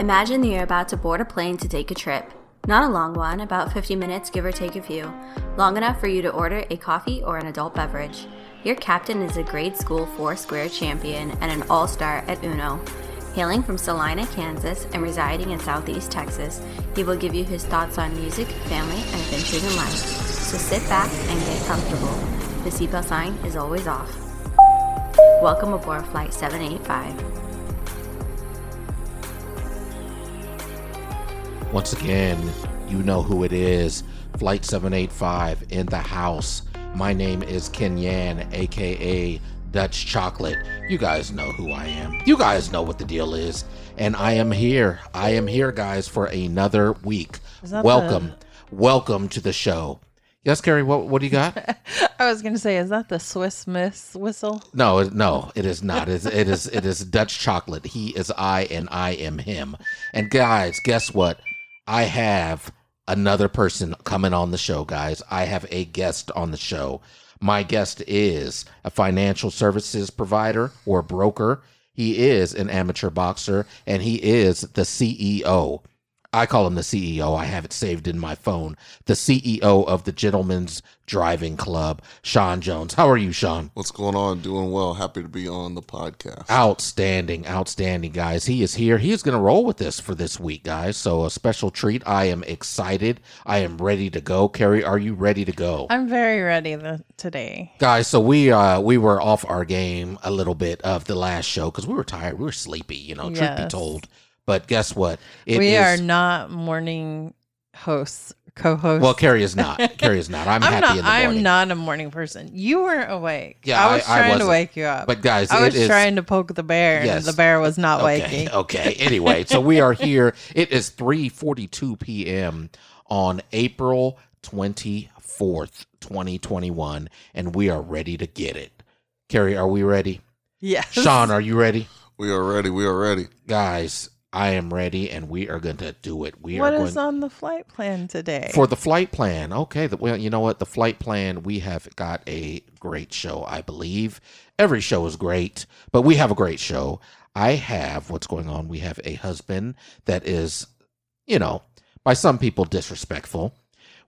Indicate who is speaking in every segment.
Speaker 1: Imagine that you're about to board a plane to take a trip. Not a long one, about 50 minutes, give or take a few. Long enough for you to order a coffee or an adult beverage. Your captain is a grade school four square champion and an all star at UNO. Hailing from Salina, Kansas, and residing in Southeast Texas, he will give you his thoughts on music, family, and adventures in life. So sit back and get comfortable. The seatbelt sign is always off. Welcome aboard Flight 785.
Speaker 2: Once again, you know who it is. Flight 785 in the house. My name is Ken Yan, aka Dutch Chocolate. You guys know who I am. You guys know what the deal is. And I am here. I am here, guys, for another week.
Speaker 3: Is that
Speaker 2: Welcome. Welcome to the show. Yes, Carrie, what, what do you got?
Speaker 3: I was going to say, is that the Swiss Miss whistle?
Speaker 2: no, it- no, it is not. It's, it is it is Dutch chocolate. He is I and I am him. And guys, guess what? I have another person coming on the show, guys. I have a guest on the show. My guest is a financial services provider or broker. He is an amateur boxer and he is the CEO. I call him the CEO. I have it saved in my phone. The CEO of the Gentleman's Driving Club, Sean Jones. How are you, Sean?
Speaker 4: What's going on? Doing well. Happy to be on the podcast.
Speaker 2: Outstanding, outstanding, guys. He is here. He is going to roll with this for this week, guys. So a special treat. I am excited. I am ready to go. Carrie, are you ready to go?
Speaker 3: I'm very ready the, today.
Speaker 2: guys so we uh we were off our game a little bit of the last show because we were tired we were sleepy you know truth be
Speaker 3: Yes.
Speaker 2: told but guess what It
Speaker 3: we
Speaker 2: is-
Speaker 3: are not morning hosts, co hosts.
Speaker 2: well carrie is not carrie is not i'm, happy
Speaker 3: not,
Speaker 2: in the morning
Speaker 3: I'm not a morning person. You were awake.
Speaker 2: Yeah,
Speaker 3: I
Speaker 2: I-
Speaker 3: was
Speaker 2: I
Speaker 3: trying to
Speaker 2: wasn't.
Speaker 3: wake you up.
Speaker 2: but guys
Speaker 3: I
Speaker 2: it
Speaker 3: was
Speaker 2: is-
Speaker 3: trying to poke the bear,
Speaker 2: Yes.
Speaker 3: and the bear was not
Speaker 2: okay Oh,
Speaker 3: waking.
Speaker 2: okay anyway so we are here it is 3:42 p.m. on April 24th 2021 and we are ready to get it Carrie are we ready
Speaker 3: Yes.
Speaker 2: Sean are you ready
Speaker 4: We are ready. We are ready.
Speaker 2: guys I am ready and we are going to do it we
Speaker 3: what
Speaker 2: are
Speaker 3: is
Speaker 2: going
Speaker 3: on the flight plan today?
Speaker 2: for the flight plan. Okay, the, well, you know what? The flight plan. We have got a great show. I believe every show is great, but we have a great show. I have what's going on. We have a husband that is, you know, by some people disrespectful.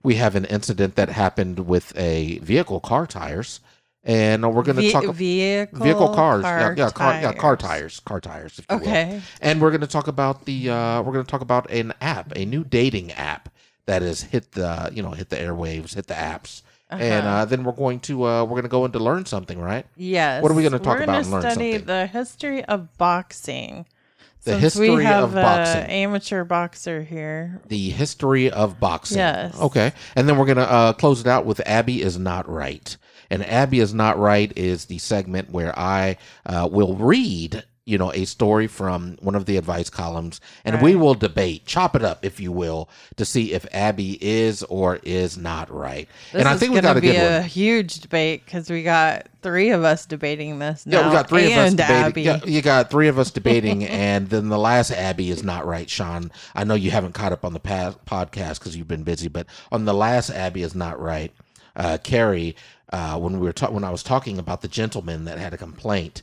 Speaker 2: We have an incident that happened with a vehicle car tires, and we're going to
Speaker 3: Ve-
Speaker 2: talk
Speaker 3: vehicle,
Speaker 2: vehicle cars, yeah, yeah, car,
Speaker 3: tires.
Speaker 2: yeah, car tires, car tires, if you will.
Speaker 3: Okay.
Speaker 2: And we're going to talk about the uh, we're going to talk about an app, a new dating app that has hit the you know hit the airwaves, hit the apps, and
Speaker 3: Uh-huh.
Speaker 2: uh, then we're going to uh, we're going to go into learn something, right?
Speaker 3: Yes.
Speaker 2: What are we gonna talk
Speaker 3: We're
Speaker 2: about
Speaker 3: gonna
Speaker 2: and learn
Speaker 3: study
Speaker 2: something?
Speaker 3: the history of boxing.
Speaker 2: The
Speaker 3: Since
Speaker 2: history
Speaker 3: we have uh,
Speaker 2: of boxing.
Speaker 3: an amateur boxer here.
Speaker 2: The history of boxing.
Speaker 3: Yes.
Speaker 2: Okay, and then we're going to uh, close it out with Abby is not right, and Abby is not right is the segment where I uh, will read. You know, a story from one of the advice columns, and we
Speaker 3: Right.
Speaker 2: will debate, chop it up, if you will, to see if Abby is or is not right.
Speaker 3: This
Speaker 2: and I
Speaker 3: is
Speaker 2: think we
Speaker 3: gonna
Speaker 2: got a
Speaker 3: be
Speaker 2: good one.
Speaker 3: a huge debate because we got three of us debating this.
Speaker 2: Yeah,
Speaker 3: now,
Speaker 2: we got three of us
Speaker 3: and
Speaker 2: debating.
Speaker 3: Abby.
Speaker 2: Yeah, you got three of us debating, and then the last Abby is not right, Sean. I know you haven't caught up on the past podcast because you've been busy, but on the last Abby is not right, uh, Carrie. Uh, when we were ta- when I was talking about the gentleman that had a complaint,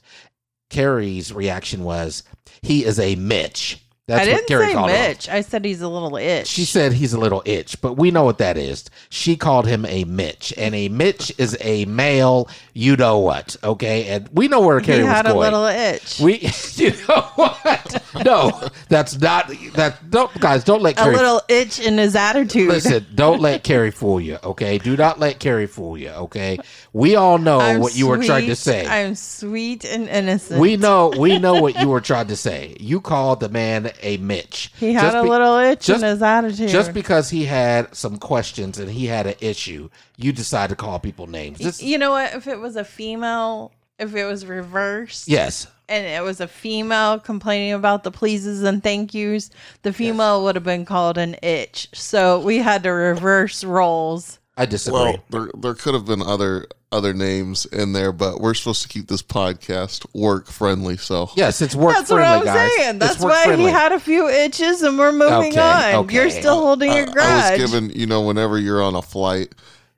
Speaker 2: Carrie's reaction was, "He is a Mitch." That's
Speaker 3: I
Speaker 2: what
Speaker 3: didn't
Speaker 2: Carrie
Speaker 3: say
Speaker 2: called him.
Speaker 3: Mitch. I said he's a little itch.
Speaker 2: She said he's a little itch, but we know what that is. She called him a Mitch, and a Mitch is a male. You know what? Okay, and we know where
Speaker 3: he
Speaker 2: Carrie was
Speaker 3: had a
Speaker 2: going.
Speaker 3: little itch.
Speaker 2: We, you know what? No, that's not that. Don't guys, don't let
Speaker 3: a
Speaker 2: Carrie.
Speaker 3: little itch in his attitude.
Speaker 2: Listen, don't let Carrie fool you. Okay, do not let Carrie fool you. Okay, we all know
Speaker 3: I'm
Speaker 2: what you were trying to
Speaker 3: sweet.
Speaker 2: say.
Speaker 3: I'm sweet and innocent.
Speaker 2: we know, we know what you were trying to say. You called the man a Mitch.
Speaker 3: He had
Speaker 2: Just
Speaker 3: a
Speaker 2: be-
Speaker 3: little itch
Speaker 2: just-
Speaker 3: in his attitude.
Speaker 2: Just because he had some questions and he had an issue, you decide to call people names. This,
Speaker 3: you know what? If it was a female, if it was reversed,
Speaker 2: yes,
Speaker 3: and it was a female complaining about the pleases and thank yous, the female would have been called an itch. So we had to reverse roles.
Speaker 2: I disagree.
Speaker 4: Well, there there could have been other other names in there, but we're supposed to keep this podcast work friendly. So
Speaker 2: yes, it's work
Speaker 3: That's
Speaker 2: friendly,
Speaker 3: what I'm
Speaker 2: guys.
Speaker 3: saying.
Speaker 2: It's
Speaker 3: That's why
Speaker 2: work-friendly.
Speaker 3: he had a few itches, and we're moving
Speaker 2: Okay,
Speaker 3: on.
Speaker 2: okay. Uh,
Speaker 3: You're still holding
Speaker 4: I,
Speaker 3: your
Speaker 4: I
Speaker 3: grudge.
Speaker 4: was given, you know, whenever you're on a flight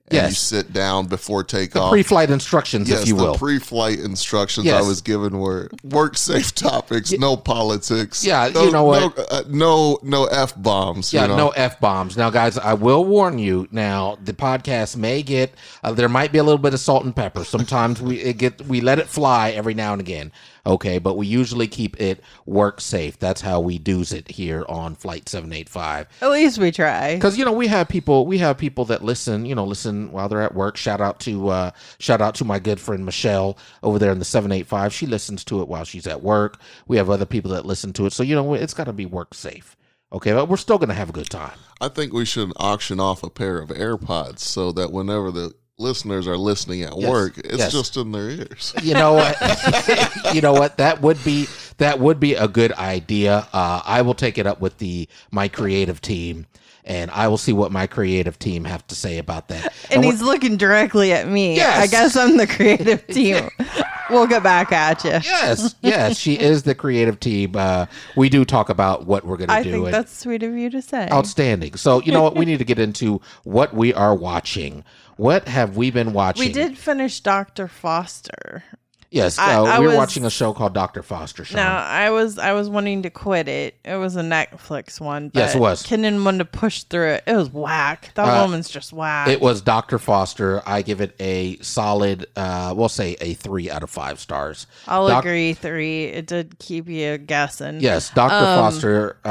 Speaker 4: and you
Speaker 2: Yes.
Speaker 4: sit down before takeoff.
Speaker 2: The pre-flight instructions,
Speaker 4: yes,
Speaker 2: if you
Speaker 4: the
Speaker 2: will.
Speaker 4: pre-flight instructions
Speaker 2: Yes.
Speaker 4: I was given were work safe topics, no politics.
Speaker 2: Yeah, you
Speaker 4: no,
Speaker 2: know what?
Speaker 4: No, uh, no, no f bombs.
Speaker 2: yeah,
Speaker 4: you know?
Speaker 2: no f bombs. Now, guys, I will warn you. Now, the podcast may get uh, there might be a little bit of salt and pepper. Sometimes we it get we let it fly every now and again. Okay, but we usually keep it work safe. That's how we do's it here on Flight Seven Eight Five.
Speaker 3: At least we try.
Speaker 2: because you know we have people we have people that listen you know listen while they're at work shout out to uh shout out to my good friend michelle over there in the 785 she listens to it while she's at work we have other people that listen to it so you know it's got to be work safe okay but we're still gonna have a good time
Speaker 4: I think we should auction off a pair of AirPods so that whenever the listeners are listening at
Speaker 2: Yes.
Speaker 4: work, it's
Speaker 2: Yes.
Speaker 4: just in their ears.
Speaker 2: you know what you know what that would be that would be a good idea uh i will take it up with the my creative team and i will see what my creative team have to say about that
Speaker 3: and
Speaker 2: we're-
Speaker 3: he's looking directly at me.
Speaker 2: Yes.
Speaker 3: I guess I'm the creative team. we'll get back at you.
Speaker 2: Yes, yes, she is the creative team. Uh, we do talk about what we're going
Speaker 3: I
Speaker 2: to do.
Speaker 3: think
Speaker 2: and-
Speaker 3: that's sweet of you to say.
Speaker 2: outstanding. So you know what? We need to get into what we are watching. What have we been watching?
Speaker 3: we did finish Dr. Foster.
Speaker 2: Yes,
Speaker 3: I-
Speaker 2: uh,
Speaker 3: I
Speaker 2: we were
Speaker 3: was-
Speaker 2: watching a show called Doctor Foster. Sean.
Speaker 3: Now I was I was wanting to quit it. It was a Netflix one.
Speaker 2: Yes, it
Speaker 3: but
Speaker 2: was.
Speaker 3: Kenan wanted to push through it. It was whack. That
Speaker 2: Uh,
Speaker 3: woman's just whack.
Speaker 2: It was Doctor Foster. I give it a solid. Uh, we'll say a three out of five stars.
Speaker 3: I'll
Speaker 2: Doc-
Speaker 3: agree three. It did keep you guessing.
Speaker 2: Yes, Doctor
Speaker 3: Um,
Speaker 2: Foster uh,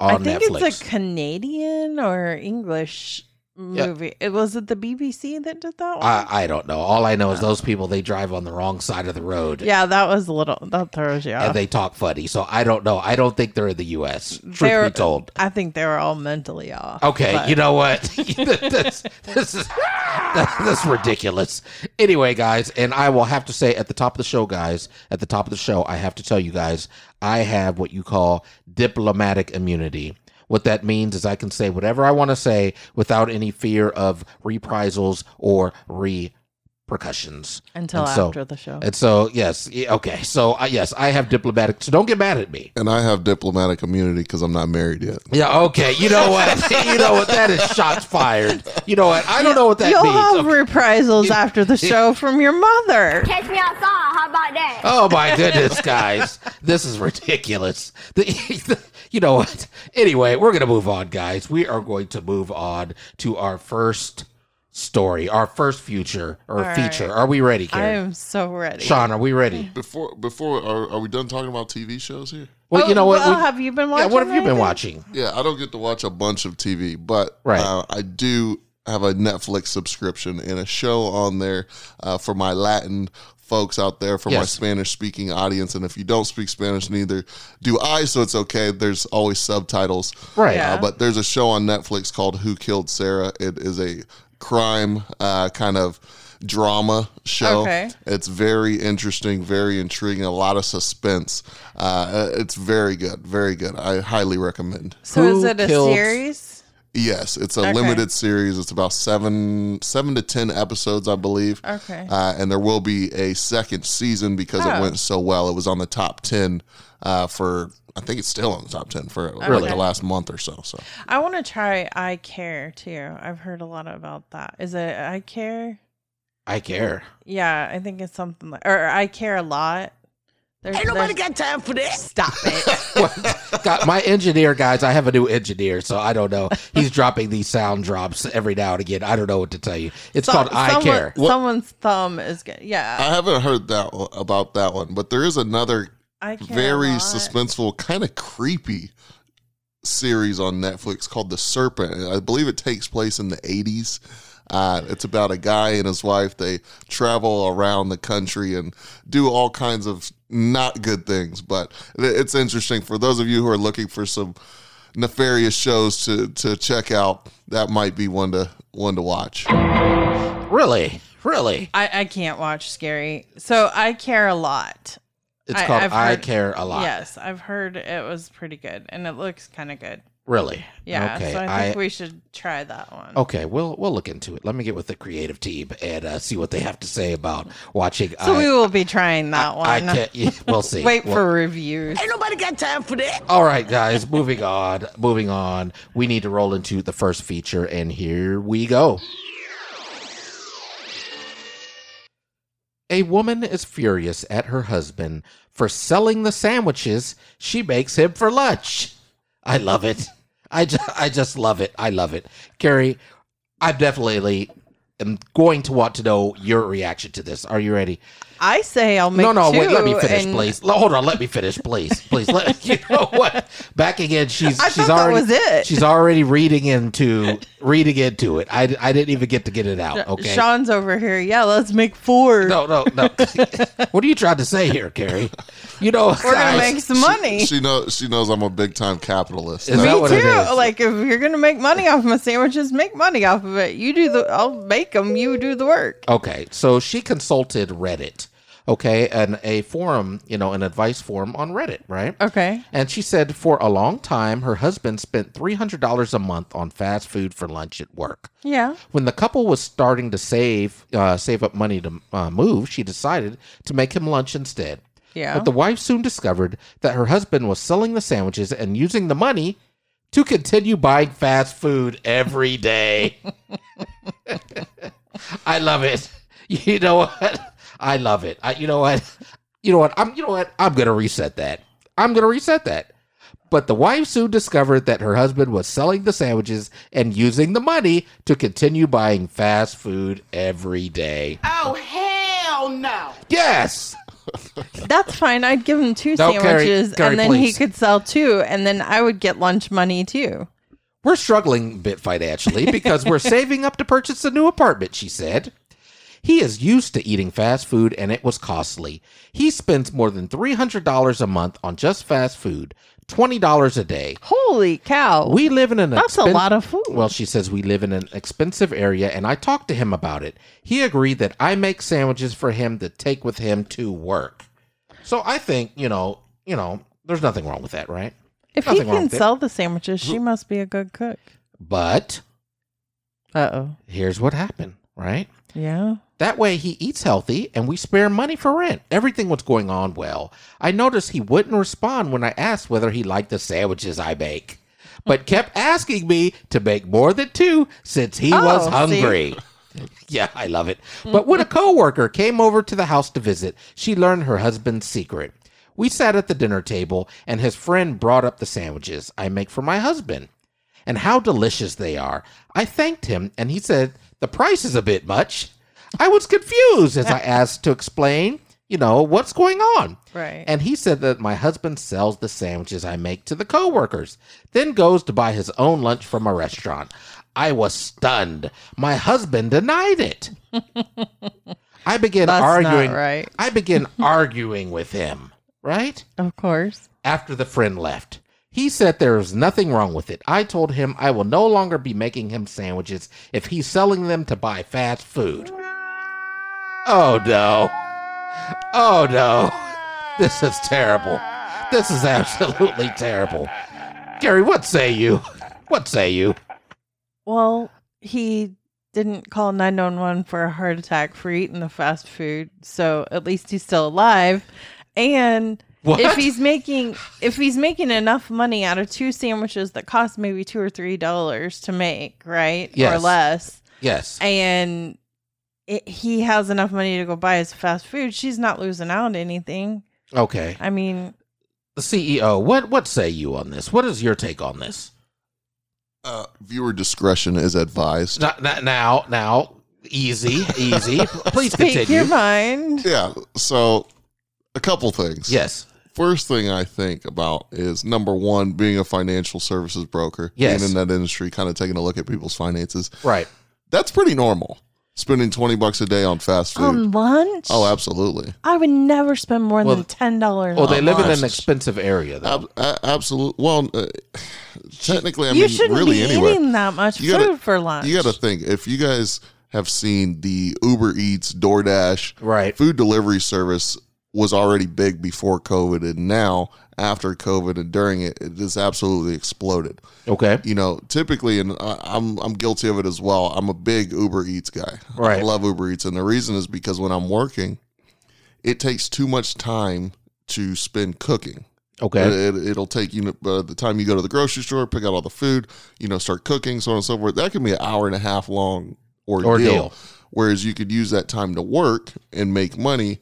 Speaker 3: I
Speaker 2: on
Speaker 3: think
Speaker 2: Netflix.
Speaker 3: it's a Canadian or English movie. It was it the BBC that did that one?
Speaker 2: I, I don't know. All I know is those people they drive on the wrong side of the road.
Speaker 3: yeah, that was a little that throws you off.
Speaker 2: And they talk funny, so I don't know. I don't think they're in the U.S. Truth be
Speaker 3: They're-
Speaker 2: told,
Speaker 3: I think they were all mentally off.
Speaker 2: Okay,
Speaker 3: but-
Speaker 2: you know what? this, this is this is ridiculous. Anyway, guys, and I will have to say at the top of the show, guys, at the top of the show, I have to tell you guys, I have what you call diplomatic immunity. What that means is I can say whatever I want to say without any fear of reprisals or repercussions.
Speaker 3: until
Speaker 2: and so-
Speaker 3: after the show.
Speaker 2: And so, yes, yeah, okay. So, uh, yes, I have diplomatic. So, don't get mad at me.
Speaker 4: And I have diplomatic immunity because I'm not married yet.
Speaker 2: Yeah, okay. You know what? you know what? That is shots fired. You know what? I don't know what that
Speaker 3: You'll
Speaker 2: means.
Speaker 3: have
Speaker 2: Okay.
Speaker 3: reprisals after the show from your mother.
Speaker 5: Catch me outside. How about that?
Speaker 2: Oh my goodness, guys. This is ridiculous. The- you know what? Anyway, we're going to move on, guys. We are going to move on to our first story, our first future or
Speaker 3: All
Speaker 2: feature.
Speaker 3: right.
Speaker 2: Are we ready,
Speaker 3: I
Speaker 2: Karen?
Speaker 3: am so ready.
Speaker 2: Sean, are we ready?
Speaker 4: Before, before, are, are we done talking about TV shows here?
Speaker 2: Well, you know what?
Speaker 3: Oh, Well,
Speaker 2: We-
Speaker 3: have you been
Speaker 2: yeah,
Speaker 3: watching?
Speaker 2: what have you been
Speaker 3: anything?
Speaker 2: watching?
Speaker 4: Yeah, I don't get to watch a bunch of TV, but
Speaker 2: Right.
Speaker 4: uh, I do have a Netflix subscription and a show on there uh, for my Latin folks out there for my
Speaker 2: Yes.
Speaker 4: Spanish speaking audience. And if you don't speak Spanish, neither do I, so it's okay. There's always subtitles.
Speaker 2: Right.
Speaker 3: Yeah.
Speaker 4: Uh, but there's a show on Netflix called Who Killed Sarah. It is a crime uh, kind of drama show.
Speaker 3: Okay.
Speaker 4: It's very interesting, very intriguing, a lot of suspense. Uh, it's very good, very good. I highly recommend.
Speaker 3: So
Speaker 2: Who
Speaker 3: is it a
Speaker 2: killed-
Speaker 3: series?
Speaker 4: Yes, it's a
Speaker 3: Okay.
Speaker 4: limited series. It's about seven, seven to ten episodes, I believe.
Speaker 3: Okay.
Speaker 4: uh, and there will be a second season because it
Speaker 3: Oh.
Speaker 4: went so well. It was on the top ten uh, for, I think it's still on the top ten for like
Speaker 3: Really?
Speaker 4: the last month or so. So
Speaker 3: I want to try I Care too. I've heard a lot about that. Is it I Care?
Speaker 2: I care.
Speaker 3: Yeah, I think it's something like or I Care a lot. There's,
Speaker 6: Ain't nobody
Speaker 3: there's-
Speaker 6: got time for this.
Speaker 3: stop it.
Speaker 2: Got my engineer, guys. I have a new engineer, so I don't know. He's dropping these sound drops every now and again. I don't know what to tell you. It's
Speaker 3: Some-
Speaker 2: called I
Speaker 3: someone- Uh,
Speaker 2: Care.
Speaker 3: Someone's thumb is good. Yeah,
Speaker 4: I haven't heard that one- about that one, but there is another
Speaker 3: I Care.
Speaker 4: very
Speaker 3: a lot.
Speaker 4: suspenseful, kind of creepy series on Netflix called The Serpent. I believe it takes place in the 80s. Uh, it's about a guy and his wife. They travel around the country and do all kinds of not good things, but it- it's interesting for those of you who are looking for some nefarious shows to, to check out. That might be one to one to watch.
Speaker 2: Really, really.
Speaker 3: I, I can't watch scary. So I Care a lot.
Speaker 2: It's
Speaker 3: I-
Speaker 2: called
Speaker 3: I've
Speaker 2: I
Speaker 3: heard-
Speaker 2: Care a lot.
Speaker 3: Yes, I've heard it was pretty good, and it looks kind of good.
Speaker 2: Really.
Speaker 3: Yeah,
Speaker 2: Okay.
Speaker 3: so I
Speaker 2: I,
Speaker 3: think we should try that one.
Speaker 2: okay. We'll we'll look into it. Let me get with the creative team and uh, see what they have to say about watching.
Speaker 3: so
Speaker 2: I,
Speaker 3: we will be trying that one.
Speaker 2: I can yeah, We'll see.
Speaker 3: Wait
Speaker 2: We'll-
Speaker 3: for reviews.
Speaker 6: Ain't nobody got time for this.
Speaker 2: All right, guys. Moving on. Moving on. We need to roll into the first feature, and here we go. A woman is furious at her husband for selling the sandwiches she makes him for lunch. I love it. I just, I just love it. I love it. Carrie, I definitely am going to want to know your reaction to this. Are you ready?
Speaker 3: I say I'll make
Speaker 2: no, no, wait. Let me
Speaker 3: two
Speaker 2: finish,
Speaker 3: and
Speaker 2: please. L- Hold on. Let me finish, please. Please. Let, you know what? Back again. She's
Speaker 3: I
Speaker 2: she's
Speaker 3: thought that
Speaker 2: already
Speaker 3: was it.
Speaker 2: she's already reading into reading into it. I, I didn't even get to get it out. Okay.
Speaker 3: Sean's over here. Yeah, let's make four.
Speaker 2: No, no, no. what are you trying to say here, Carrie? You know,
Speaker 3: We're gonna
Speaker 2: guys,
Speaker 3: make some money.
Speaker 4: She knows she knows I'm a big time capitalist.
Speaker 2: Is
Speaker 4: That-
Speaker 2: that what
Speaker 3: too.
Speaker 2: it is?
Speaker 3: Like if you're gonna make money off my sandwiches, make money off of it. You do the. I'll make them. You do the work.
Speaker 2: Okay, so she consulted Reddit, okay, and a forum, you know, an advice forum on Reddit, right?
Speaker 3: Okay.
Speaker 2: And she said for a long time, her husband spent $300 a month on fast food for lunch at work.
Speaker 3: Yeah.
Speaker 2: When the couple was starting to save uh, save up money to uh, move, she decided to make him lunch instead.
Speaker 3: Yeah.
Speaker 2: But the wife soon discovered that her husband was selling the sandwiches and using the money to continue buying fast food every day. I love it. You know what? I love it. I, you know what? You know what? I'm you know what? I'm gonna reset that. I'm gonna reset that. But the wife soon discovered that her husband was selling the sandwiches and using the money to continue buying fast food every day.
Speaker 6: Oh, hell no.
Speaker 2: Yes.
Speaker 3: That's fine. I'd give him two
Speaker 2: No, Carrie-
Speaker 3: sandwiches,
Speaker 2: Carrie,
Speaker 3: and then
Speaker 2: please.
Speaker 3: he could sell two, and then I would get lunch money too.
Speaker 2: We're struggling a bit financially because we're saving up to purchase a new apartment, she said. He is used to eating fast food and it was costly. He spends more than $300 a month on just fast food, $20 a day.
Speaker 3: Holy cow!
Speaker 2: We live in an
Speaker 3: That's a lot of food.
Speaker 2: Well, she says we live in an expensive area and I talked to him about it. He agreed that I make sandwiches for him to take with him to work. So I think, you know, you know, there's nothing wrong with that, right?
Speaker 3: if he
Speaker 2: nothing wrong
Speaker 3: can
Speaker 2: with it.
Speaker 3: sell the sandwiches, she must be a good cook.
Speaker 2: But
Speaker 3: Uh oh.
Speaker 2: here's what happened, right?
Speaker 3: Yeah.
Speaker 2: That way he eats healthy and we spare money for rent. Everything was going on well. I noticed he wouldn't respond when I asked whether he liked the sandwiches I make, but kept asking me to make more than two since he was
Speaker 3: Oh, see?
Speaker 2: hungry. yeah, I love it. But when a coworker came over to the house to visit, she learned her husband's secret. We sat at the dinner table and his friend brought up the sandwiches I make for my husband and how delicious they are. I thanked him, and he said, The price is a bit much. I was confused as I asked to explain, you know, what's going on.
Speaker 3: Right.
Speaker 2: And he said that my husband sells the sandwiches I make to the coworkers, then goes to buy his own lunch from a restaurant. I was stunned. My husband denied it. I began
Speaker 3: That's not
Speaker 2: arguing.
Speaker 3: right.
Speaker 2: I began arguing with him, right?
Speaker 3: Of course.
Speaker 2: after the friend left. He said there is nothing wrong with it. I told him I will no longer be making him sandwiches if he's selling them to buy fast food. Oh no. Oh no. This is terrible. This is absolutely terrible. Gary, what say you? What say you?
Speaker 3: Well, he didn't call 911 for a heart attack for eating the fast food, so at least he's still alive. And
Speaker 2: What?
Speaker 3: if he's making if he's making enough money out of two sandwiches that cost maybe 2 or 3 dollars to make, right? Or
Speaker 2: Yes.
Speaker 3: less.
Speaker 2: Yes.
Speaker 3: And it, he has enough money to go buy his fast food, she's not losing out anything.
Speaker 2: Okay.
Speaker 3: I mean,
Speaker 2: The CEO, what what say you on this? What is your take on this?
Speaker 4: uh, viewer discretion is advised.
Speaker 2: Now now, now easy, easy. Please
Speaker 3: speak
Speaker 2: continue.
Speaker 3: your mind.
Speaker 4: Yeah. So, a couple things.
Speaker 2: Yes.
Speaker 4: First thing I think about is number one, being a financial services broker.
Speaker 2: Yes.
Speaker 4: Being in that industry, kind of taking a look at people's finances.
Speaker 2: Right.
Speaker 4: That's pretty normal. Spending 20 bucks a day on fast food.
Speaker 3: On lunch?
Speaker 4: oh, absolutely.
Speaker 3: I would never spend more
Speaker 2: Well,
Speaker 3: than ten dollars.
Speaker 2: Well, Oh, they live in an
Speaker 4: Almost.
Speaker 2: expensive area, though.
Speaker 3: Uh,
Speaker 4: Ab- a- absolutely. Well, uh, technically, I
Speaker 3: you
Speaker 4: mean,
Speaker 3: shouldn't
Speaker 4: really
Speaker 3: be
Speaker 4: anywhere.
Speaker 3: eating that much
Speaker 4: You
Speaker 3: food
Speaker 4: gotta-
Speaker 3: for lunch.
Speaker 4: You got to think if you guys have seen the Uber Eats, DoorDash,
Speaker 2: Right.
Speaker 4: food delivery service was already big before COVID, and now after COVID and during it, it has absolutely exploded.
Speaker 2: Okay.
Speaker 4: You know, typically, and I- I'm I'm guilty of it as well. I'm a big Uber Eats guy.
Speaker 2: Right.
Speaker 4: I love Uber Eats, and the reason is because when I'm working, it takes too much time to spend cooking.
Speaker 3: uh,
Speaker 2: Okay.
Speaker 4: It, it, will take you know, by the time you go to the grocery store, pick out all the food, you know, start cooking, so on and so forth. That can be an hour and a half long ordeal.
Speaker 2: Ordeal.
Speaker 4: Whereas you could use that time to work and make money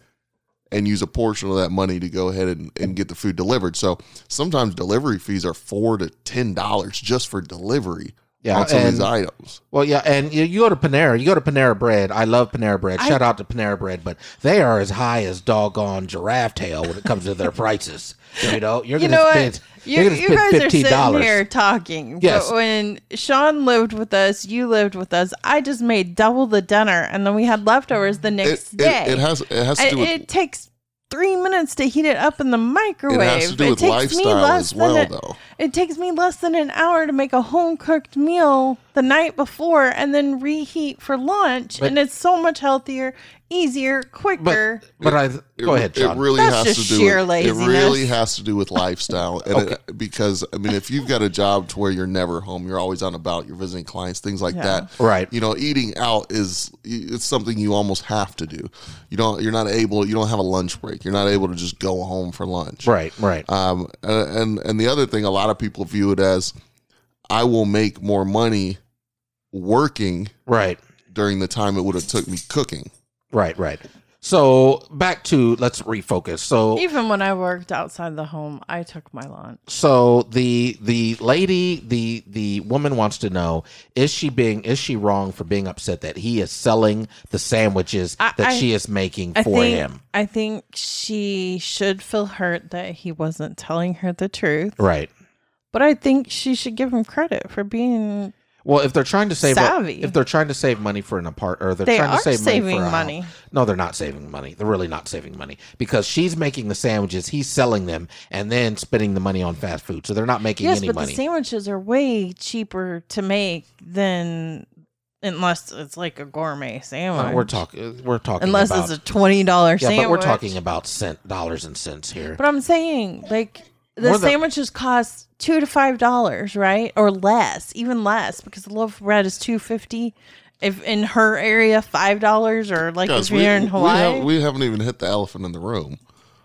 Speaker 4: and use a portion of that money to go ahead and, and get the food delivered. So sometimes delivery fees are four to ten dollars just for delivery
Speaker 2: Yeah,
Speaker 4: on some of these
Speaker 2: and-
Speaker 4: items.
Speaker 2: Well, yeah, and you, you go to Panera. You go to Panera Bread. I love Panera Bread. Shout out to Panera Bread, but they are as high as doggone giraffe tail when it comes to their prices. You know, you're
Speaker 3: You
Speaker 2: gonna
Speaker 3: know
Speaker 2: spend.
Speaker 3: what? You,
Speaker 2: You're gonna
Speaker 3: you
Speaker 2: spend
Speaker 3: guys are
Speaker 2: fifteen
Speaker 3: sitting here
Speaker 2: dollars.
Speaker 3: talking.
Speaker 2: Yes.
Speaker 3: But when Sean lived with us, you lived with us, I just made double the dinner and then we had leftovers the
Speaker 4: It,
Speaker 3: next
Speaker 4: it,
Speaker 3: day.
Speaker 4: it has it has to
Speaker 3: I-
Speaker 4: do with
Speaker 3: it takes three minutes to heat it up in the microwave.
Speaker 4: it has to do with
Speaker 3: takes me
Speaker 4: lifestyle
Speaker 3: less
Speaker 4: as
Speaker 3: than
Speaker 4: well
Speaker 3: a-
Speaker 4: though.
Speaker 3: It takes me less than an hour to make a home cooked meal the night before and then reheat for lunch.
Speaker 2: But-
Speaker 3: and it's so much healthier, easier, quicker.
Speaker 2: But but I go
Speaker 4: it,
Speaker 2: ahead, Sean.
Speaker 4: It really
Speaker 3: That's
Speaker 4: has
Speaker 3: just
Speaker 4: to do
Speaker 3: sheer
Speaker 4: with,
Speaker 3: laziness.
Speaker 4: It really has to do with lifestyle, and it, because I mean, if you've got a job to where you're never home, you're always on about, you're visiting clients, things like that.
Speaker 2: Right.
Speaker 4: You know, eating out is it's something you almost have to do. You don't. You're not able. You don't have a lunch break. You're not able to just go home for lunch.
Speaker 2: right, right.
Speaker 4: Um, and and the other thing, a lot of people view it as, I will make more money working
Speaker 2: Right,
Speaker 4: during the time it would have took me cooking.
Speaker 2: right, right. So back to let's refocus. So
Speaker 3: Even when I worked outside the home, I took my lunch.
Speaker 2: so the the lady the the woman wants to know is she being is she wrong for being upset that he is selling the sandwiches
Speaker 3: I-
Speaker 2: that
Speaker 3: I-
Speaker 2: she is making
Speaker 3: I
Speaker 2: for
Speaker 3: think,
Speaker 2: him?
Speaker 3: I think she should feel hurt that he wasn't telling her the truth.
Speaker 2: Right.
Speaker 3: But I think she should give him credit for being
Speaker 2: Well, if they're trying to save
Speaker 3: Savvy.
Speaker 2: if they're trying to save money for an apart or they're
Speaker 3: They
Speaker 2: trying to
Speaker 3: are
Speaker 2: save money
Speaker 3: saving
Speaker 2: for a-
Speaker 3: money.
Speaker 2: no, they're not saving money. They're really not saving money because she's making the sandwiches, he's selling them, and then spending the money on fast food. So they're not making
Speaker 3: yes,
Speaker 2: any
Speaker 3: but
Speaker 2: money.
Speaker 3: the sandwiches are way cheaper to make than unless it's like a gourmet sandwich.
Speaker 2: Uh, we're talking. We're talking.
Speaker 3: unless
Speaker 2: about,
Speaker 3: it's a twenty dollar
Speaker 2: yeah,
Speaker 3: sandwich.
Speaker 2: but we're talking about cent dollars and cents here.
Speaker 3: But I'm saying like the
Speaker 2: More than-
Speaker 3: sandwiches cost two to five dollars, right, or less, even less, because a loaf of bread is two fifty. If in her area, five dollars, or like if
Speaker 4: Guys,
Speaker 3: you're in Hawaii,
Speaker 4: We, have, we haven't even hit the elephant in the room.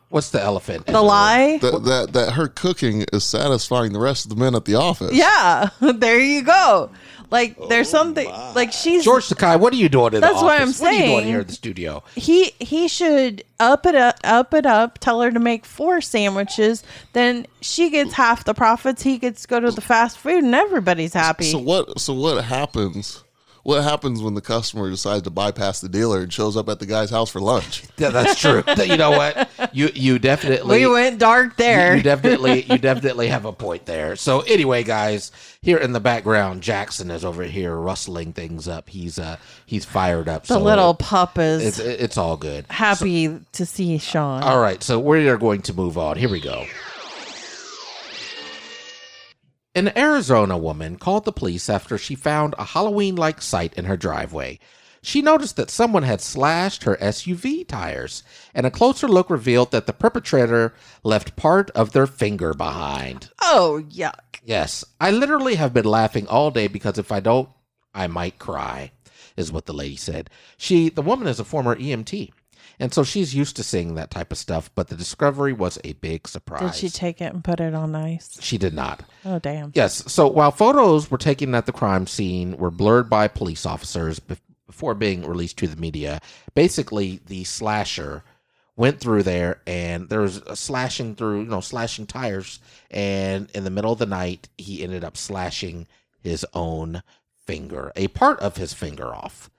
Speaker 2: What's the elephant? in
Speaker 3: the
Speaker 2: room?
Speaker 3: lie.
Speaker 4: That, that that her cooking is satisfying the rest of the men at the office.
Speaker 3: yeah, there you go. Like there's
Speaker 2: Oh
Speaker 3: something like she's
Speaker 2: George Sakai, what are you doing in the
Speaker 3: That's
Speaker 2: office?
Speaker 3: what I'm
Speaker 2: What are you doing
Speaker 3: saying.
Speaker 2: here at the studio?
Speaker 3: he he should up it up up it up tell her to make four sandwiches then she gets half the profits he gets to go to the fast food and everybody's happy
Speaker 4: So what? So what happens? What happens when the customer decides to bypass the dealer and shows up at the guy's house for lunch?
Speaker 2: Yeah, that's true. you know what? You you definitely
Speaker 3: we went dark
Speaker 2: You,
Speaker 3: there
Speaker 2: you definitely, you definitely have a point there. So anyway, guys, here in the background, Jackson is over here rustling things up. He's uh, he's fired up.
Speaker 3: the
Speaker 2: so
Speaker 3: little
Speaker 2: it-
Speaker 3: pup
Speaker 2: it's
Speaker 3: is
Speaker 2: it's all good.
Speaker 3: happy to see sean
Speaker 2: All right, so we are going to move on. Here we go. An Arizona woman called the police after she found a Halloween like sight in her driveway. She noticed that someone had slashed her SUV tires, and a closer look revealed that the perpetrator left part of their finger behind.
Speaker 3: oh yuck
Speaker 2: Yes, I literally have been laughing all day because if I don't, I might cry, is what the lady said. She, the woman, is a former EMT, and so she's used to seeing that type of stuff. But the discovery was a big
Speaker 3: did
Speaker 2: surprise.
Speaker 3: she take it and put it on ice
Speaker 2: she did not.
Speaker 3: oh damn
Speaker 2: Yes. So while photos were taken at the crime scene were blurred by police officers bef- before being released to the media, basically the slasher went through there and there was a slashing through, you know, slashing tires and in the middle of the night he ended up slashing his own finger, a part of his finger off.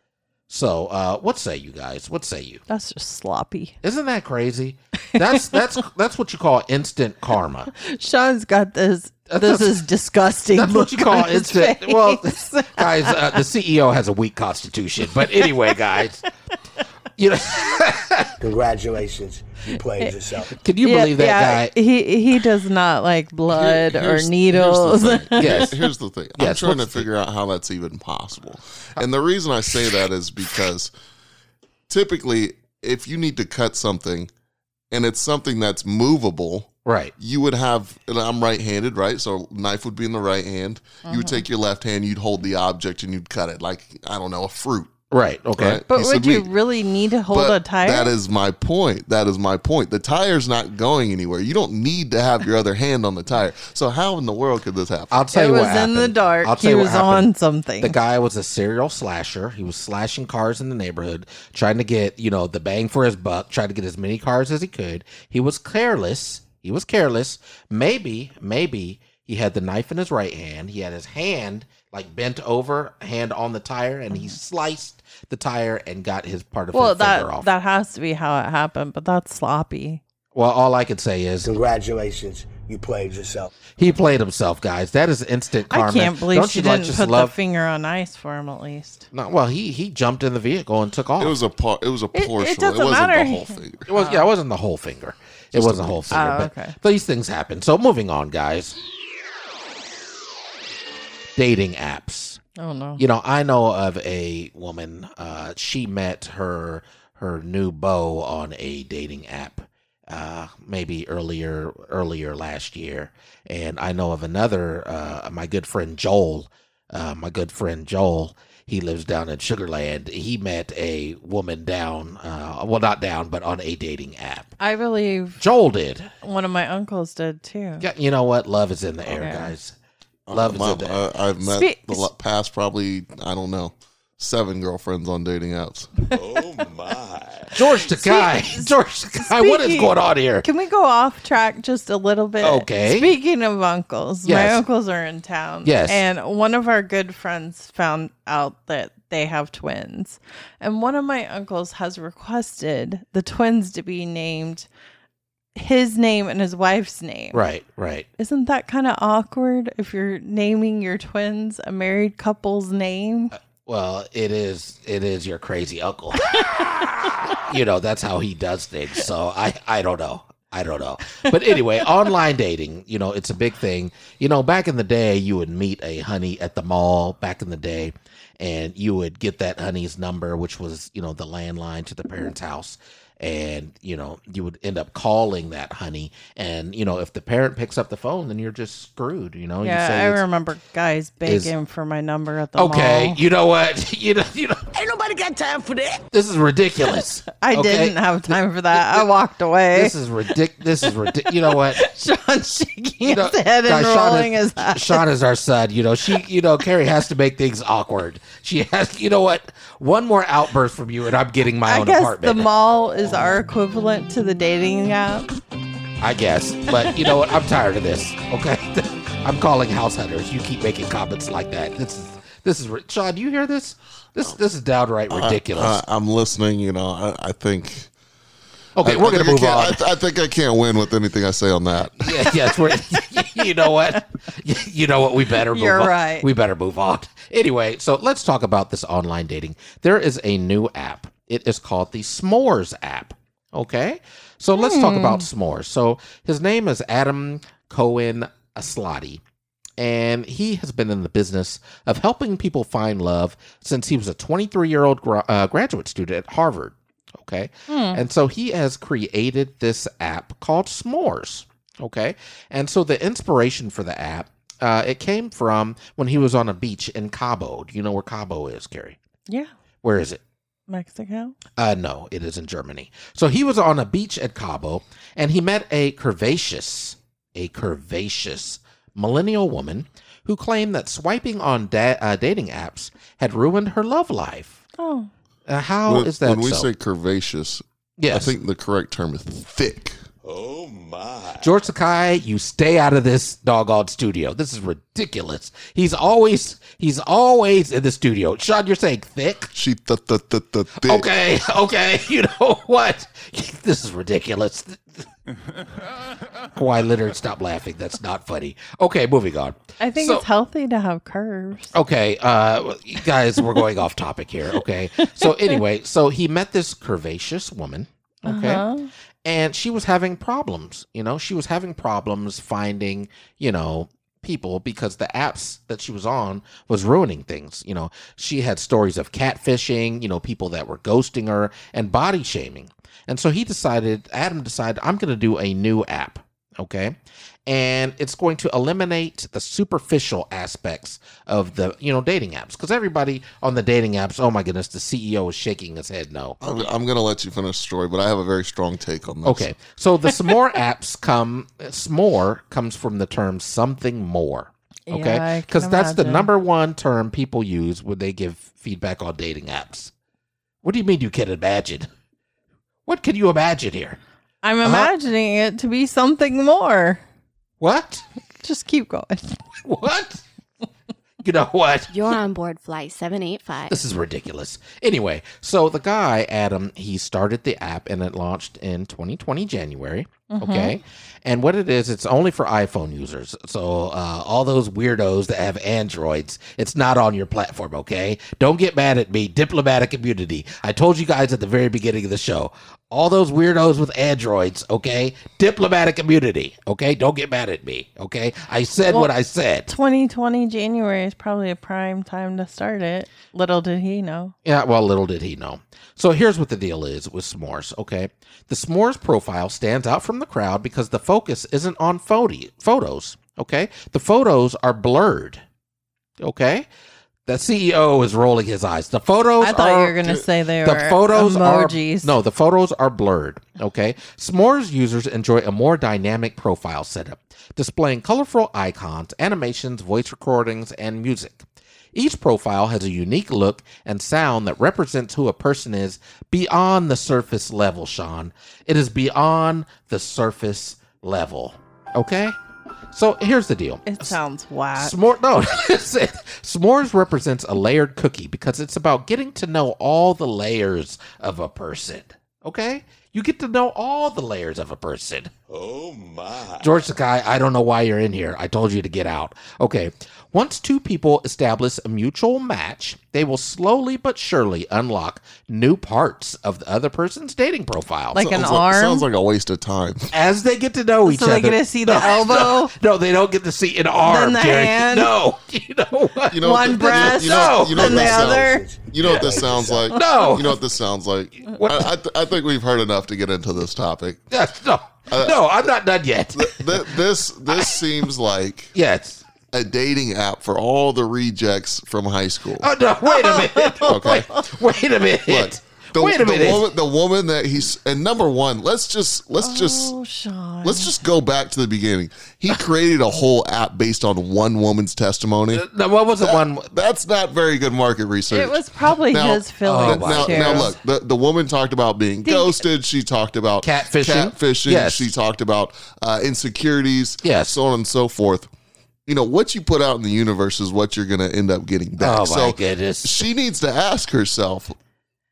Speaker 2: So, uh what say you guys? What say you?
Speaker 3: that's just sloppy
Speaker 2: Isn't that crazy? That's that's that's what you call instant karma.
Speaker 3: sean's got this
Speaker 2: That's-
Speaker 3: this is disgusting
Speaker 2: That's what you
Speaker 3: look
Speaker 2: call
Speaker 3: on his
Speaker 2: instant.
Speaker 3: face.
Speaker 2: Well, guys, uh, the CEO has a weak constitution. But anyway, guys, you know,
Speaker 7: Congratulations, you played yourself.
Speaker 2: can you believe that guy?
Speaker 3: He he does not like blood
Speaker 4: Here-
Speaker 3: or
Speaker 4: here's-
Speaker 3: needles.
Speaker 4: Here's the thing.
Speaker 2: Yes.
Speaker 4: Here- here's the thing. I'm
Speaker 2: Yes,
Speaker 4: trying to
Speaker 2: what's the-
Speaker 4: figure out how that's even possible. And the reason I say that is because typically, if you need to cut something, and it's something that's movable,
Speaker 2: Right,
Speaker 4: you would have and I'm right-handed, right? So knife
Speaker 3: Mm-hmm.
Speaker 4: would be in the right hand. You would take your left hand, you'd hold the object and you'd cut it like I don't know, a fruit
Speaker 2: Right. Okay.
Speaker 4: Right.
Speaker 3: But
Speaker 4: Piece of
Speaker 3: would you
Speaker 4: meat.
Speaker 3: really need to hold a
Speaker 4: But
Speaker 3: tire?
Speaker 4: That is my point. That is my point. The tire's not going anywhere. You don't need to have your other hand on the tire. So how in the world could this happen?
Speaker 2: I'll tell
Speaker 3: it
Speaker 2: you
Speaker 3: was
Speaker 2: what
Speaker 3: in the
Speaker 2: happened.
Speaker 3: dark.
Speaker 2: I'll tell
Speaker 3: he
Speaker 2: you what
Speaker 3: was
Speaker 2: happened.
Speaker 3: on something.
Speaker 2: The guy was a serial slasher. He was slashing cars in the neighborhood, trying to get, you know, the bang for his buck, trying to get as many cars as he could. He was careless. He was careless. Maybe, maybe he had the knife in his right hand. He had his hand like bent over, hand on the tire, and he sliced the tire and got his part of
Speaker 3: Mm-hmm. well,
Speaker 2: his
Speaker 3: that
Speaker 2: finger off.
Speaker 3: that has to be how it happened, but that's sloppy.
Speaker 2: well, all I could say is
Speaker 7: Congratulations, you played yourself.
Speaker 2: he played himself, guys. That is instant karma.
Speaker 3: I can't believe
Speaker 2: Don't
Speaker 3: she
Speaker 2: you like
Speaker 3: didn't
Speaker 2: just
Speaker 3: put
Speaker 2: love-
Speaker 3: the finger on ice for him at least.
Speaker 2: No, well, he he jumped in the vehicle and took off.
Speaker 4: it was a part. It was a
Speaker 3: it
Speaker 4: portion. It,
Speaker 3: doesn't
Speaker 4: wasn't
Speaker 3: matter.
Speaker 4: the whole finger.
Speaker 2: It was yeah, it wasn't the whole finger. It wasn't the whole finger.
Speaker 3: Oh,
Speaker 2: but
Speaker 3: okay.
Speaker 2: these things happen. So moving on, guys. Dating apps.
Speaker 3: Oh no.
Speaker 2: You know, I know of a woman. Uh, she met her her new beau on a dating app, uh, maybe earlier earlier last year. And I know of another. Uh, my good friend Joel. Uh, my good friend Joel. He lives down in Sugarland. He met a woman down, uh, well, not down, but on a dating app.
Speaker 3: I believe
Speaker 2: Joel did.
Speaker 3: one of my uncles did too.
Speaker 2: Yeah, you know what? Love is in the air,
Speaker 3: Yeah.
Speaker 2: guys. Love
Speaker 4: My-
Speaker 2: is in the air.
Speaker 4: I, have met
Speaker 3: Spe-
Speaker 4: the la- past probably I don't know seven girlfriends on dating apps.
Speaker 2: George Takai. George Takai, what is
Speaker 3: speaking-
Speaker 2: going on here?
Speaker 3: Can we go off track just a little bit?
Speaker 2: Okay.
Speaker 3: Speaking of uncles,
Speaker 2: Yes.
Speaker 3: my uncles are in town.
Speaker 2: Yes.
Speaker 3: And one of our good friends found out that they have twins. And one of my uncles has requested the twins to be named his name and his wife's name.
Speaker 2: Right, right.
Speaker 3: Isn't that kind of awkward if you're naming your twins a married couple's name?
Speaker 2: Well, it is it is your crazy uncle. you know, that's how he does things. So I I don't know. I don't know. But anyway, online dating, you know, it's a big thing. You know, back in the day you would meet a honey at the mall back in the day and you would get that honey's number which was, you know, the landline to the parents' house and, you know, you would end up calling that honey and, you know, if the parent picks up the phone then you're just screwed, you know. you
Speaker 3: yeah, I
Speaker 2: it's-
Speaker 3: remember guys
Speaker 2: is-
Speaker 3: begging for my number at the
Speaker 2: Okay,
Speaker 3: mall.
Speaker 2: you know what? You know, you know. Ain't nobody got time for that. This is ridiculous.
Speaker 3: I
Speaker 2: okay?
Speaker 3: didn't have time for that. I walked away.
Speaker 2: This is ridiculous. This is ridiculous. You know what?
Speaker 3: Sean shaking
Speaker 2: You know,
Speaker 3: his head and
Speaker 2: guys, Sean
Speaker 3: rolling
Speaker 2: is,
Speaker 3: his eyes.
Speaker 2: Sean is our son. You know, she, you know, Carrie has to make things awkward. She has, you know what? One more outburst from you, and I'm getting my
Speaker 3: I
Speaker 2: own
Speaker 3: guess
Speaker 2: apartment.
Speaker 3: the mall is our equivalent to the dating app.
Speaker 2: I guess. But you know what? I'm tired of this. Okay, I'm calling house hunters. You keep making comments like that. This is this is ri- Sean. Do you hear this? This this is
Speaker 4: Uh,
Speaker 2: downright ridiculous.
Speaker 4: I, I'm listening. You know, I, I think.
Speaker 2: okay,
Speaker 4: I-
Speaker 2: we're
Speaker 4: I
Speaker 2: gonna
Speaker 4: think
Speaker 2: move
Speaker 4: I can't-
Speaker 2: on.
Speaker 4: I, th- I think I can't win with anything I say on that.
Speaker 2: yeah, yes, we're, you know what? You know what? We better move
Speaker 3: You're
Speaker 2: on.
Speaker 3: right.
Speaker 2: We better move on. Anyway, so let's talk about this online dating. There is a new app. It is called the S'mores app. Okay? So let's
Speaker 3: Hmm.
Speaker 2: talk about S'mores. So his name is Adam Cohen Aslati. And he has been in the business of helping people find love since he was a 23 year old gra- uh, graduate student at Harvard. Okay. And so he has created this app called S'mores. Okay. And so the inspiration for the app, uh, it came from when he was on a beach in Cabo. Do you know where Cabo is, Gary?
Speaker 3: Yeah,
Speaker 2: Where is it?
Speaker 3: Mexico.
Speaker 2: Uh, no, it is in Germany. So he was on a beach at Cabo and he met a curvaceous, a curvaceous millennial woman who claimed that swiping on da- uh, dating apps had ruined her love life.
Speaker 3: Oh,
Speaker 2: Uh, how is
Speaker 4: when,
Speaker 2: that
Speaker 4: when we
Speaker 2: so?
Speaker 4: say curvaceous,
Speaker 2: yes.
Speaker 4: I think the correct term is thick.
Speaker 2: George Sakai, you stay out of this doggone studio. This is ridiculous. He's always he's always in the studio. Sean, you're saying thick?
Speaker 4: She th- th- th- th- thick.
Speaker 2: Okay, okay. You know what? This is ridiculous. Kawhi Leonard, stop laughing. That's not funny. Okay, moving on.
Speaker 3: I think
Speaker 2: So-
Speaker 3: it's healthy to have curves.
Speaker 2: Okay, uh, guys, we're going off topic here. Okay. So, anyway, so he met this curvaceous woman. Okay.
Speaker 3: Uh-huh.
Speaker 2: And she was having problems. You know, she was having problems finding, you know, people because the apps that she was on was ruining things. You know, she had stories of catfishing, you know, people that were ghosting her and body shaming. And so he decided, Adam decided, I'm going to do a new app. okay and it's going to eliminate the superficial aspects of the you know dating apps because everybody on the dating apps oh my goodness the ceo is shaking his head no
Speaker 4: I'm, I'm going to let you finish the story, but I have a very strong take on this.
Speaker 2: okay so the s'more apps come s'more comes from the term something more
Speaker 3: Yeah, I
Speaker 2: okay
Speaker 3: can
Speaker 2: because that's the
Speaker 3: imagine.
Speaker 2: number one term people use when they give feedback on dating apps what do you mean you can imagine what can you imagine here
Speaker 3: I'm
Speaker 2: Uh-huh.
Speaker 3: imagining it to be something more.
Speaker 2: what
Speaker 3: Just keep going.
Speaker 2: what you know what
Speaker 1: You're on board flight 785.
Speaker 2: This is ridiculous. Anyway, so the guy, Adam, he started the app and it launched in 2020, January. Okay. And what it is, it's only for iPhone users. So uh, all those weirdos that have Androids, it's not on your platform. Okay. Don't get mad at me, diplomatic community. I told you guys at the very beginning of the show, all those weirdos with Androids. Okay. Diplomatic community. Okay. Don't get mad at me. Okay. I said what I said.
Speaker 3: 2020 January is probably a prime time to start it. Little did he know.
Speaker 2: Yeah, well, little did he know. So here's what the deal is with S'mores, okay? The S'mores profile stands out from the crowd because the focus isn't on photo- photos, okay? The photos are blurred, okay? The CEO is rolling his eyes. The photos
Speaker 3: I thought
Speaker 2: are,
Speaker 3: you were going to say they
Speaker 2: the
Speaker 3: were
Speaker 2: photos
Speaker 3: emojis.
Speaker 2: are no the photos are blurred okay smores users enjoy a more dynamic profile setup displaying colorful icons animations voice recordings and music each profile has a unique look and sound that represents who a person is beyond the surface level sean it is beyond the surface level okay so here's the deal
Speaker 3: It sounds whack.
Speaker 2: S'more, no, that's it. s'mores represents a layered cookie because it's about getting to know all the layers of a person. Okay, you get to know all the layers of a person. George Sakai, I don't know why you're in here. I told you to get out. Okay. Once two people establish a mutual match, they will slowly but surely unlock new parts of the other person's dating profile.
Speaker 3: Like an
Speaker 4: Sounds
Speaker 3: arm.
Speaker 4: Sounds like a waste of time.
Speaker 2: as they get to know each
Speaker 3: so
Speaker 2: other,
Speaker 3: they get to see the oh
Speaker 2: No,
Speaker 3: elbow.
Speaker 2: No, they don't get to see an arm.
Speaker 3: the
Speaker 2: Jerry.
Speaker 3: hand.
Speaker 2: No, you know what?
Speaker 4: You know,
Speaker 3: One
Speaker 4: what the-
Speaker 3: breast,
Speaker 4: You know, you know
Speaker 3: then
Speaker 4: what
Speaker 3: the
Speaker 4: this
Speaker 3: other.
Speaker 4: sounds- You know what this sounds like?
Speaker 2: No.
Speaker 4: You know what this sounds like?
Speaker 2: What?
Speaker 4: I, I, th- I think we've heard enough to get into this topic.
Speaker 2: Yes, no,
Speaker 4: Uh,
Speaker 2: no, I'm not done yet.
Speaker 4: Th- this this seems like
Speaker 2: yes.
Speaker 4: a dating app for all the rejects from high school.
Speaker 2: Oh no! Wait a minute.
Speaker 4: Okay.
Speaker 2: Wait, wait a minute.
Speaker 4: Look, the,
Speaker 2: wait a
Speaker 4: the
Speaker 2: minute.
Speaker 4: woman, the woman that he's and number one. Let's just let's just
Speaker 3: Oh, Sean.
Speaker 4: let's just go back to the beginning. He created a whole app based on one woman's testimony.
Speaker 2: No, what was the
Speaker 4: Uh,
Speaker 2: one?
Speaker 4: That's not very good market research.
Speaker 3: It was probably
Speaker 4: Now- uh,
Speaker 3: his feelings.
Speaker 2: Oh, my
Speaker 4: now,
Speaker 3: too.
Speaker 4: now look, the, the woman talked about being ghosted. She talked about
Speaker 2: Catfishing?
Speaker 4: Catfishing.
Speaker 2: Yes.
Speaker 4: She talked about uh, insecurities.
Speaker 2: Yes.
Speaker 4: So on and so forth. You know what you put out in the universe is what you're going to end up getting back.
Speaker 2: Oh
Speaker 4: so
Speaker 2: my goodness!
Speaker 4: she needs to ask herself: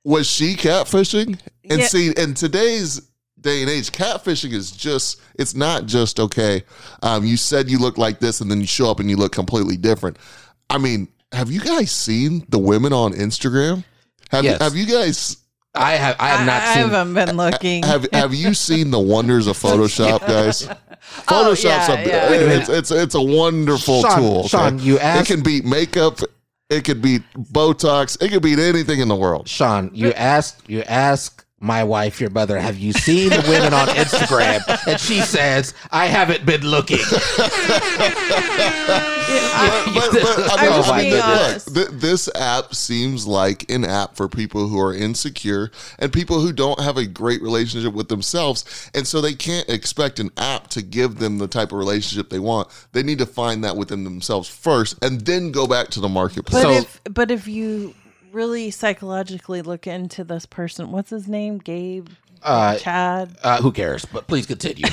Speaker 4: Was she catfishing? And
Speaker 3: Yeah.
Speaker 4: see, in today's day and age, catfishing is just—it's not just okay. Um, you said you look like this, and then you show up and you look completely different. I mean, have you guys seen the women on Instagram? Have
Speaker 2: Yes.
Speaker 4: you, Have you guys
Speaker 2: I have I have not
Speaker 3: I,
Speaker 2: seen.
Speaker 3: I haven't been looking.
Speaker 4: have Have you seen the wonders of Photoshop, guys? Photoshop's
Speaker 3: Oh, yeah,
Speaker 4: a,
Speaker 3: yeah. Wait a
Speaker 4: it's, it's it's a wonderful
Speaker 2: Sean-
Speaker 4: tool. okay?
Speaker 2: Sean, you asked-
Speaker 4: It can beat makeup. It could beat Botox. It could beat anything in the world.
Speaker 2: Sean, you asked you ask my wife, your mother, have you seen the women on Instagram? And she says, I haven't been looking. Oh,
Speaker 4: but, but, I mean,
Speaker 3: I'm just
Speaker 4: I mean,
Speaker 3: being
Speaker 4: th- look,
Speaker 3: honest.
Speaker 4: th- this app seems like an app for people who are insecure and people who don't have a great relationship with themselves, and so they can't expect an app to give them the type of relationship they want. They need to find that within themselves first, and then go back to the
Speaker 3: but
Speaker 4: marketplace.
Speaker 2: So-
Speaker 3: if but if you really psychologically look into this person, what's his name? Gabe.
Speaker 2: Uh,
Speaker 3: Chad.
Speaker 2: Uh, who cares? But please continue.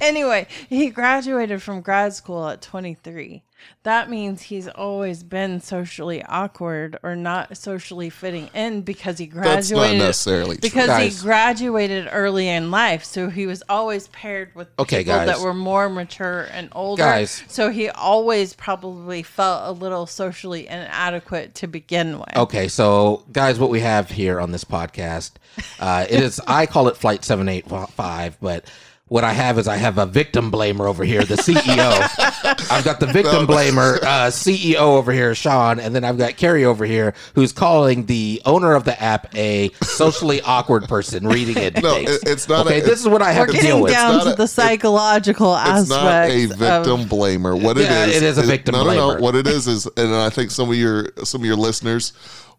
Speaker 3: anyway, he graduated from grad school at 23. That means he's always been socially awkward or not socially fitting in because he graduated.
Speaker 4: That's not necessarily true.
Speaker 3: because
Speaker 2: Guys.
Speaker 3: he graduated early in life, so he was always paired with
Speaker 2: Okay,
Speaker 3: people
Speaker 2: guys.
Speaker 3: that were more mature and older.
Speaker 2: Guys.
Speaker 3: So he always probably felt a little socially inadequate to begin with.
Speaker 2: Okay, so guys, what we have here on this podcast, uh, it is I call it Flight Seven Eight Five, but What I have is I have a victim blamer over here, the CEO. I've got the victim blamer uh, CEO over here, Sean, and then I've got Carrie over here, who's calling the owner of the app a socially awkward person reading it.
Speaker 4: No,
Speaker 2: things.
Speaker 4: it- it's not a-
Speaker 2: Okay, this is what I
Speaker 3: We're
Speaker 2: have to deal
Speaker 3: getting
Speaker 2: with.
Speaker 4: It's
Speaker 3: down
Speaker 4: not
Speaker 3: to
Speaker 4: a-
Speaker 3: the
Speaker 4: it-
Speaker 3: psychological
Speaker 4: It's not
Speaker 3: aspect.
Speaker 4: a victim
Speaker 3: Of,
Speaker 4: blamer. What
Speaker 2: Yeah,
Speaker 4: it is,
Speaker 2: it is a victim
Speaker 4: no, No,
Speaker 2: blamer.
Speaker 4: no, what it is is, and I think some of your some of your listeners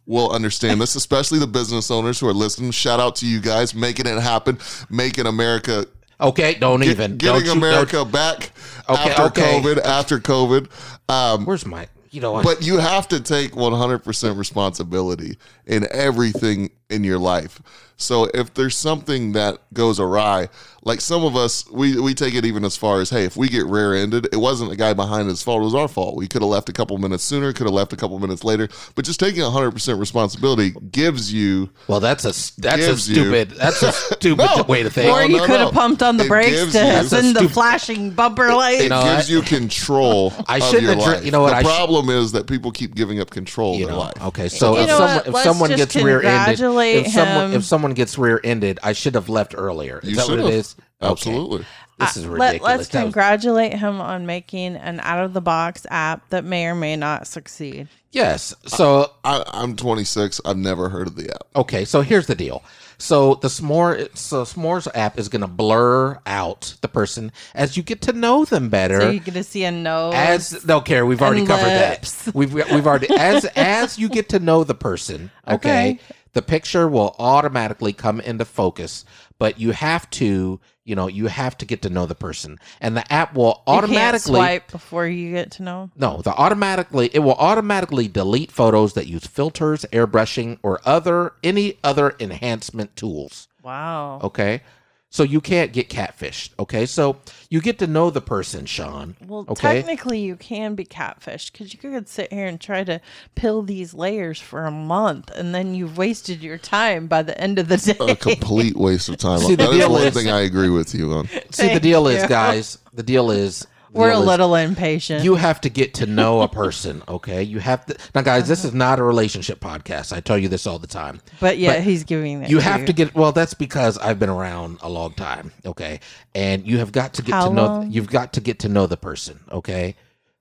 Speaker 4: will understand this, especially the business owners who are listening. Shout out to you guys making it happen, making America
Speaker 2: Okay, don't
Speaker 4: get-
Speaker 2: even.
Speaker 4: getting
Speaker 2: don't you-
Speaker 4: America
Speaker 2: don't-
Speaker 4: back
Speaker 2: Okay,
Speaker 4: after
Speaker 2: okay.
Speaker 4: COVID. After COVID, um,
Speaker 2: where's my? You know what?
Speaker 4: but you have to take 100% responsibility in everything in your life so if there's something that goes awry like some of us we, we take it even as far as hey if we get rear-ended it wasn't the guy behind us fault it was our fault we could have left a couple minutes sooner could have left a couple minutes later but just taking 100% responsibility gives you
Speaker 2: well, that's a that's a
Speaker 4: gives you-
Speaker 2: stupid that's a stupid way to think.
Speaker 4: Well,
Speaker 3: or you
Speaker 4: no,
Speaker 3: could
Speaker 4: no.
Speaker 3: have pumped on the
Speaker 4: It
Speaker 3: brakes
Speaker 4: gives
Speaker 3: to
Speaker 4: you-
Speaker 3: send
Speaker 4: It's a
Speaker 3: the flashing bumper lights.
Speaker 4: it
Speaker 2: know,
Speaker 4: gives
Speaker 2: I-
Speaker 4: you control
Speaker 2: I
Speaker 4: of
Speaker 2: shouldn't
Speaker 4: your
Speaker 2: have dri-
Speaker 4: life
Speaker 2: you know what,
Speaker 4: the
Speaker 2: I sh-
Speaker 4: problem is that people keep giving up control of
Speaker 2: you
Speaker 4: their
Speaker 2: know.
Speaker 4: life
Speaker 2: Okay, so
Speaker 3: You
Speaker 2: if,
Speaker 3: know
Speaker 2: someone,
Speaker 3: what?
Speaker 2: if
Speaker 3: Let's
Speaker 2: someone
Speaker 3: just
Speaker 2: gets rear-ended,
Speaker 3: congratulate
Speaker 2: if someone
Speaker 3: him.
Speaker 2: if someone gets rear-ended, I should have left earlier. Is
Speaker 4: you
Speaker 2: that what
Speaker 4: should
Speaker 2: it
Speaker 4: have
Speaker 2: is? Okay.
Speaker 4: absolutely
Speaker 2: This is
Speaker 3: Uh,
Speaker 2: ridiculous.
Speaker 3: let's
Speaker 2: That was-
Speaker 3: congratulate him on making an out of the box app that may or may not succeed.
Speaker 2: yes. So
Speaker 4: I, I'm 26. I've never heard of the app.
Speaker 2: okay, so here's the deal. So the s'more so s'mores app is going to blur out the person as you get to know them better.
Speaker 3: So you're gonna see a no.
Speaker 2: as no care we've already
Speaker 3: and
Speaker 2: covered
Speaker 3: lips.
Speaker 2: that we've we've already as as you get to know the person okay,
Speaker 3: Okay.
Speaker 2: the picture will automatically come into focus but you have to you know you have to get to know the person and the app will automatically
Speaker 3: you can't swipe before you get to know him.
Speaker 2: no, the automatically it will automatically delete photos that use filters, airbrushing, or other any other enhancement tools.
Speaker 3: Wow.
Speaker 2: Okay, so you can't get catfished. Okay, so you get to know the person, Sean.
Speaker 3: Well,
Speaker 2: okay,
Speaker 3: technically, you can be catfished because you could sit here and try to peel these layers for a month, and then you've wasted your time by the end of the day.
Speaker 4: A complete waste of time.
Speaker 2: See, the
Speaker 4: that is
Speaker 2: deal
Speaker 4: one
Speaker 2: is-
Speaker 4: thing I agree with you on.
Speaker 2: See, the
Speaker 3: Thank
Speaker 2: deal is,
Speaker 3: you.
Speaker 2: guys, the deal is the
Speaker 3: We're a
Speaker 2: deal is
Speaker 3: little impatient.
Speaker 2: You have to get to know a person, okay? You have to now, guys. This is not a relationship podcast. I tell you this all the time.
Speaker 3: but yeah,
Speaker 2: but
Speaker 3: he's giving it.
Speaker 2: You have to
Speaker 3: you.
Speaker 2: get well. That's because I've been around a long time, okay? And you have got to get
Speaker 3: How
Speaker 2: to know.
Speaker 3: long?
Speaker 2: You've got to get to know the person, okay?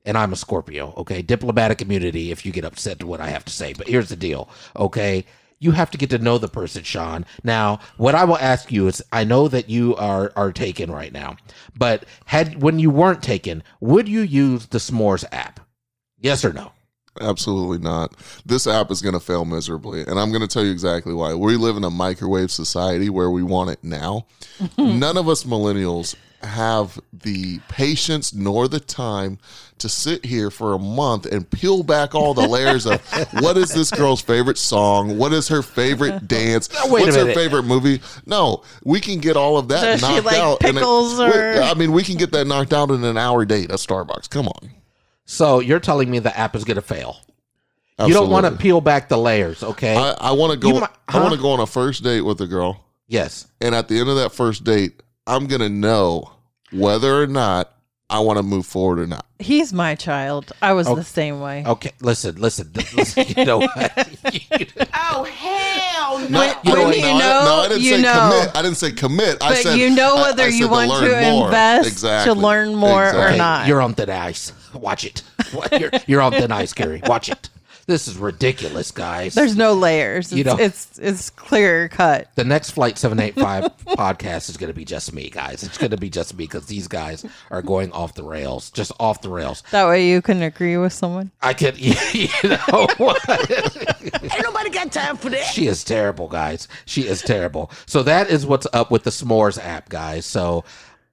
Speaker 2: And I'm a Scorpio, okay? Diplomatic immunity. If you get upset to what I have to say, but here's the deal, okay? You have to get to know the person, Sean. Now, what I will ask you is, I know that you are are taken right now, but had when you weren't taken, would you use the S'mores app? Yes or no?
Speaker 4: Absolutely not. This app is going to fail miserably. And I'm going to tell you exactly why. We live in a microwave society where we want it now. None of us millennials have the patience nor the time to sit here for a month and peel back all the layers of what is this girl's favorite song? What is her favorite dance?
Speaker 2: wait a
Speaker 4: What's her
Speaker 2: minute.
Speaker 4: favorite movie? No, we can get all of that
Speaker 3: Does she
Speaker 4: knocked
Speaker 3: like
Speaker 4: out. in a-
Speaker 3: pickles
Speaker 4: we-
Speaker 3: or-
Speaker 4: I mean, we can get that knocked out in an hour date at Starbucks. Come on.
Speaker 2: So you're telling me the app is going to fail? You don't want to
Speaker 4: Absolutely.
Speaker 2: peel back the layers, okay?
Speaker 4: I, I want to
Speaker 2: You
Speaker 4: go.
Speaker 2: might-
Speaker 4: I want
Speaker 2: huh?
Speaker 4: to go on a first date with a girl,
Speaker 2: yes.
Speaker 4: and at the end of that first date, I'm gonna know whether or not I want to move forward or not.
Speaker 3: He's my child. I was
Speaker 2: Oh.
Speaker 3: the same way.
Speaker 2: Okay, listen, listen. th- listen, you know what?
Speaker 6: Oh, hell no.
Speaker 4: Not-
Speaker 3: when
Speaker 4: don't-
Speaker 3: you
Speaker 4: I-
Speaker 3: know, you
Speaker 4: say
Speaker 3: know.
Speaker 4: commit. I didn't say commit. I
Speaker 3: But
Speaker 4: said
Speaker 3: you know
Speaker 4: I- I
Speaker 3: whether you
Speaker 4: said
Speaker 3: want to
Speaker 4: learn more.
Speaker 3: invest to learn more or
Speaker 2: Okay,
Speaker 3: not.
Speaker 2: You're on thin ice. Watch it. What- You're, you're on thin ice, Gary. Watch it. This is ridiculous, guys.
Speaker 3: There's no layers. It's,
Speaker 2: You know-
Speaker 3: it's it's clear cut.
Speaker 2: the next Flight 785 podcast is going to be just me, guys. It's going to be just me because these guys are going off the rails, just off the rails.
Speaker 3: That way you can agree with someone.
Speaker 2: I can, you know what?
Speaker 6: Ain't nobody got time for that.
Speaker 2: She is terrible, guys. She is terrible. So that is what's up with the S'mores app, guys. So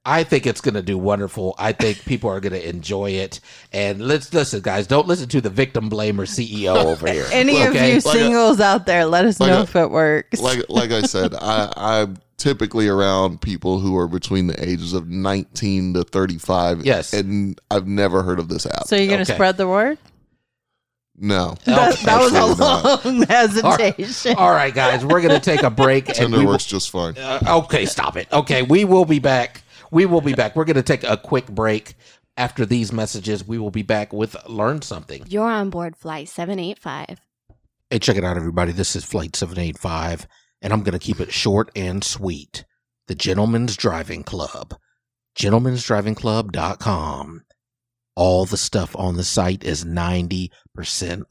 Speaker 2: I think it's going to do wonderful. I think people are going to enjoy it. And let's listen, guys. Don't listen to the victim blamer CEO over here.
Speaker 3: Any
Speaker 2: okay?
Speaker 3: of you
Speaker 4: Like a-
Speaker 3: singles out there, let us
Speaker 4: like
Speaker 3: know
Speaker 4: a-
Speaker 3: if it works.
Speaker 4: Like like I said, I, I'm typically around people who are between the ages of 19 to 35.
Speaker 2: Yes.
Speaker 4: and I've never heard of this app.
Speaker 3: so you're gonna
Speaker 2: okay.
Speaker 3: spread the word?
Speaker 4: no,
Speaker 3: That, that was a
Speaker 4: absolutely not.
Speaker 3: long hesitation.
Speaker 2: All right, guys. We're going to take a break. and
Speaker 4: Tinder
Speaker 2: we will,
Speaker 4: works just fine.
Speaker 2: uh, okay, stop it. Okay, we will be back. We will be back. We're going to take a quick break. After these messages, we will be back with Learn Something.
Speaker 1: You're on board Flight 785.
Speaker 2: Hey, check it out, everybody. This is Flight 785, and I'm going to keep it short and sweet. The Gentleman's Driving Club. gentleman'sdrivingclub.com. All the stuff on the site is 90%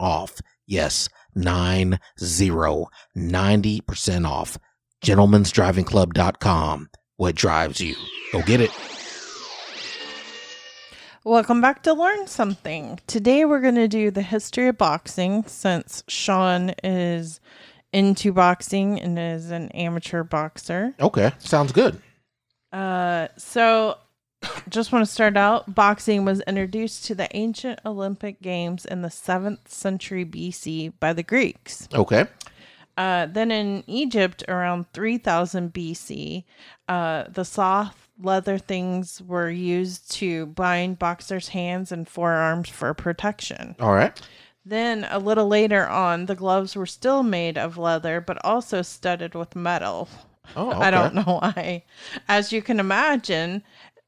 Speaker 2: off. Yes, 90, 90% off. gentleman'sdrivingclub.com. What drives you? Go get it.
Speaker 3: Welcome back to Learn Something. Today we're going to do the history of boxing since Sean is into boxing and is an amateur boxer.
Speaker 2: Okay, sounds good.
Speaker 3: Uh, so just want to start out boxing was introduced to the ancient Olympic Games in the 7th century BC by the Greeks.
Speaker 2: Okay.
Speaker 3: Uh, then in Egypt, around 3000 BC, uh, the soft leather things were used to bind boxers' hands and forearms for protection.
Speaker 2: All right.
Speaker 3: Then, a little later on, the gloves were still made of leather but also studded with metal.
Speaker 2: Oh,
Speaker 3: I don't know why. As you can imagine,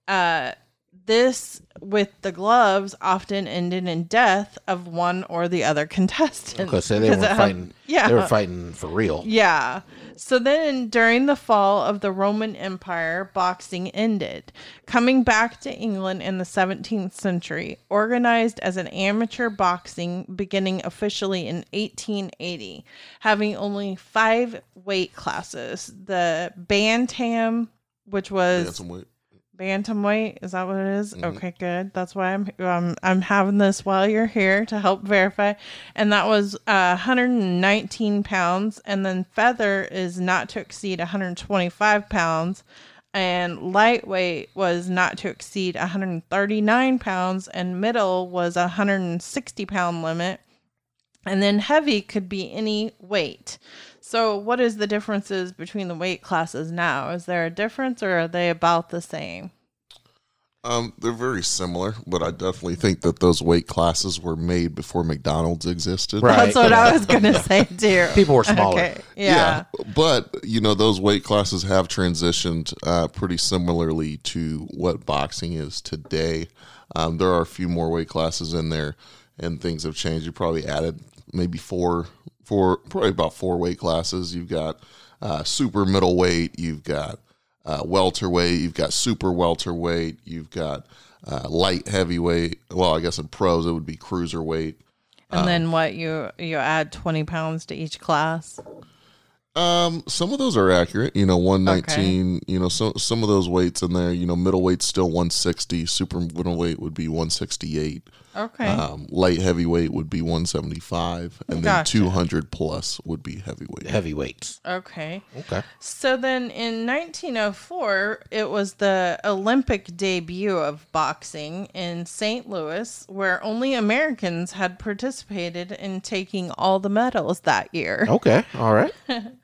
Speaker 3: uh, this with the gloves often ended in death of one or the other contestant.
Speaker 2: Because they were
Speaker 3: it had-
Speaker 2: fighting. They were fighting for real.
Speaker 3: yeah. So then during the fall of the Roman Empire, boxing ended. Coming back to England in the 17th century, organized as an amateur boxing beginning officially in 1880, having only five weight classes the Bantam, which
Speaker 4: I
Speaker 3: was
Speaker 4: got some weight.
Speaker 3: bantamweight is that what it is? okay good that's why i'm um, i'm having this while you're here to help verify and that was uh, 119 pounds and then feather is not to exceed 125 pounds and lightweight was not to exceed 139 pounds and middle was a 160 pound limit and then heavy could be any weight. So what is the differences between the weight classes now? Is there a difference or are they about the same?
Speaker 4: Um, they're very similar, but I definitely think that those weight classes were made before McDonald's existed.
Speaker 2: Right.
Speaker 3: That's what I was gonna say too.
Speaker 2: People were smaller.
Speaker 3: Okay. Yeah.
Speaker 4: But, you know, those weight classes have transitioned uh, pretty similarly to what boxing is today. Um, there are a few more weight classes in there, and things have changed. You probably added maybe four, four, probably about four weight classes. You've got uh, super middleweight, you've got uh, welterweight, you've got super welterweight, you've got uh, light heavyweight. Well, I guess in pros, it would be cruiserweight.
Speaker 3: And
Speaker 2: Um,
Speaker 3: then what you you add twenty pounds to each class.
Speaker 4: Um, some of those are accurate. You know, one nineteen. You know, some some of those weights in there. You know, middleweight's still one sixty. Super middleweight would be one sixty eight.
Speaker 3: Okay.
Speaker 2: Uh-huh.
Speaker 4: Um, light heavyweight would be one seventy five, and then
Speaker 3: Gotcha.
Speaker 4: two hundred plus would be heavyweight.
Speaker 2: Heavyweights.
Speaker 3: okay.
Speaker 2: Okay.
Speaker 3: So then in 1904, it was the Olympic debut of boxing in St. Louis, where only Americans had participated in taking all the medals that year.
Speaker 2: Okay. All right.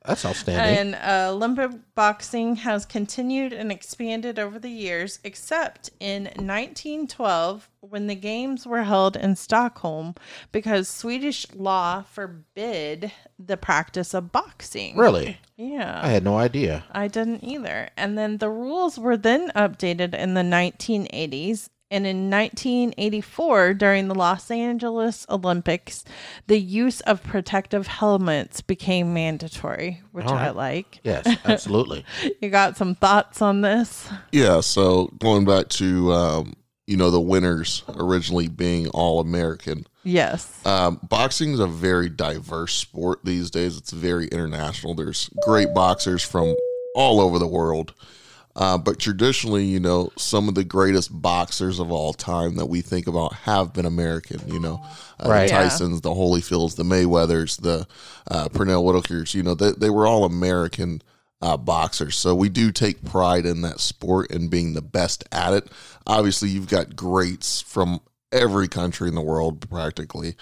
Speaker 2: That's outstanding.
Speaker 3: And uh, Olympic boxing has continued and expanded over the years, except in 1912 when the games were held in Stockholm because Swedish law forbid the practice of boxing.
Speaker 2: really?
Speaker 3: Yeah.
Speaker 2: I had no idea.
Speaker 3: I didn't either. And then the rules were then updated in the 1980s. And in 1984, during the Los Angeles Olympics, the use of protective helmets became mandatory, which
Speaker 2: All
Speaker 3: I
Speaker 2: right.
Speaker 3: like.
Speaker 2: Yes, absolutely.
Speaker 3: You got some thoughts on this?
Speaker 4: Yeah. So going back to um, you know the winners originally being all American.
Speaker 3: Yes.
Speaker 4: Um, boxing is a very diverse sport these days. It's very international. There's great boxers from all over the world. Uh, but traditionally, you know, some of the greatest boxers of all time that we think about have been American. You know, uh,
Speaker 2: Right.
Speaker 4: the
Speaker 2: Yeah.
Speaker 4: Tyson's, the Holyfields, the Mayweathers, the uh, Pernell Whitakers. You know, they, they were all American uh, boxers. So we do take pride in that sport and being the best at it. Obviously, you've got greats from every country in the world practically.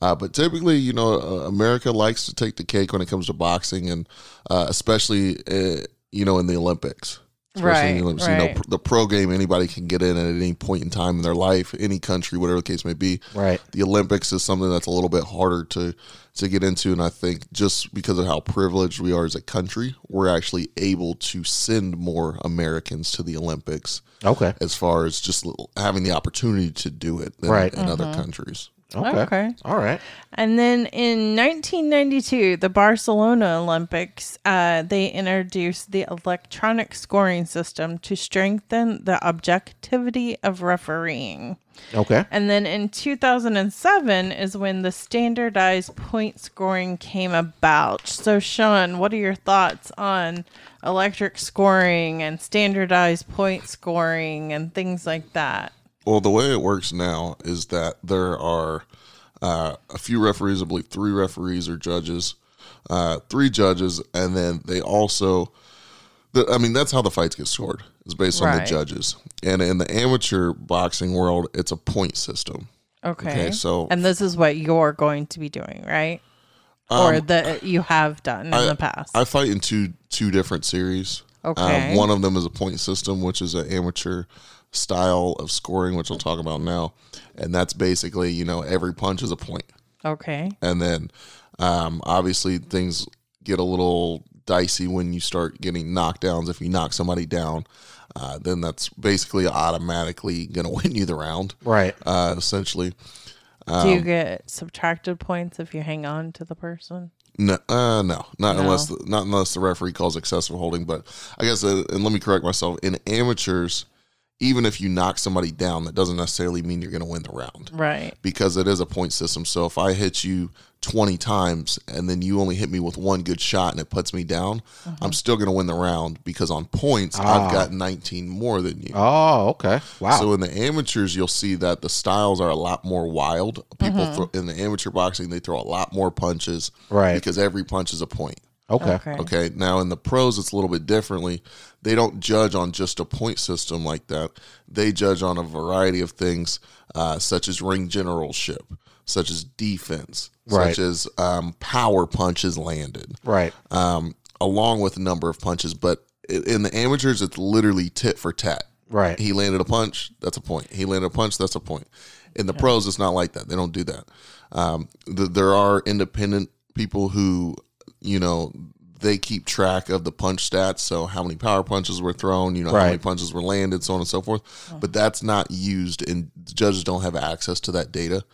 Speaker 4: Uh, but typically, you know, uh, America likes to take the cake when it comes to boxing, and uh, especially, uh, you know, in the Olympics. Especially in
Speaker 3: Right,
Speaker 4: the Olympics. You know,
Speaker 3: right.
Speaker 4: pr- the pro game, anybody can get in at any point in time in their life, any country, whatever the case may be.
Speaker 2: Right.
Speaker 4: The Olympics is something that's a little bit harder to to get into, and I think just because of how privileged we are as a country, we're actually able to send more Americans to the Olympics
Speaker 2: Okay.
Speaker 4: as far as just l- having the opportunity to do it than
Speaker 2: Right.
Speaker 3: Mm-hmm.
Speaker 4: in other countries.
Speaker 2: Okay.
Speaker 3: Okay.
Speaker 2: All right.
Speaker 3: And then in 1992, the Barcelona Olympics, uh, they introduced the electronic scoring system to strengthen the objectivity of refereeing.
Speaker 2: Okay.
Speaker 3: And then in 2007 is when the standardized point scoring came about. So, Sean, what are your thoughts on electric scoring and standardized point scoring and things like that?
Speaker 4: Well, the way it works now is that there are uh, a few referees, I believe three referees or judges, uh, three judges, and then they also, the, I mean, that's how the fights get scored, is based on the
Speaker 3: Right.
Speaker 4: judges. And in the amateur boxing world, it's a point system.
Speaker 3: Okay.
Speaker 4: Okay, so-
Speaker 3: and this is what you're going to be doing, right? or that you have done in the past.
Speaker 4: Um, I fight in two two different series. Um,
Speaker 3: Okay.
Speaker 4: one of them is a point system, which is an amateur style of scoring, which I'll talk about now, and that's basically you know every punch is a point.
Speaker 3: okay.
Speaker 4: and then um, obviously things get a little dicey when you start getting knockdowns. If you knock somebody down, uh, then that's basically automatically going to win you the round,
Speaker 2: Right.
Speaker 4: uh, essentially.
Speaker 3: Do
Speaker 4: um,
Speaker 3: you get subtracted points if you hang on to the person?
Speaker 4: No, uh, no, not unless the, not unless the referee calls excessive holding. But I guess, uh, and let me correct myself. In amateurs, even if you knock somebody down, that doesn't necessarily mean you're going to win the round.
Speaker 3: Right.
Speaker 4: because it is a point system. So if I hit you 20 times and then you only hit me with one good shot and it puts me down,
Speaker 2: Uh-huh.
Speaker 4: I'm still going to win the round because on points, I've got 19 more than you.
Speaker 2: Ah. Oh, okay. Wow.
Speaker 4: So in the amateurs, you'll see that the styles are a lot more wild. People
Speaker 2: Uh-huh.
Speaker 4: throw, in the amateur boxing, they throw a lot more punches
Speaker 2: Right.
Speaker 4: because every punch is a point.
Speaker 2: okay.
Speaker 3: Okay.
Speaker 4: Okay. Now in the pros, it's a little bit differently. They don't judge on just a point system like that. They judge on a variety of things, uh, such as ring generalship, such as defense,
Speaker 2: Right.
Speaker 4: such as um, power punches landed,
Speaker 2: Right.
Speaker 4: um, along with a number of punches. But i- in the amateurs, it's literally tit for tat.
Speaker 2: Right.
Speaker 4: He landed a punch. That's a point. He landed a punch. That's a point. In the pros, it's not like that. They don't do that. Um, th- there are independent people who, you know, they keep track of the punch stats. So how many power punches were thrown, you know, how many
Speaker 2: Right.
Speaker 4: punches were landed, so on and so forth. But that's not used, and judges don't have access to that data.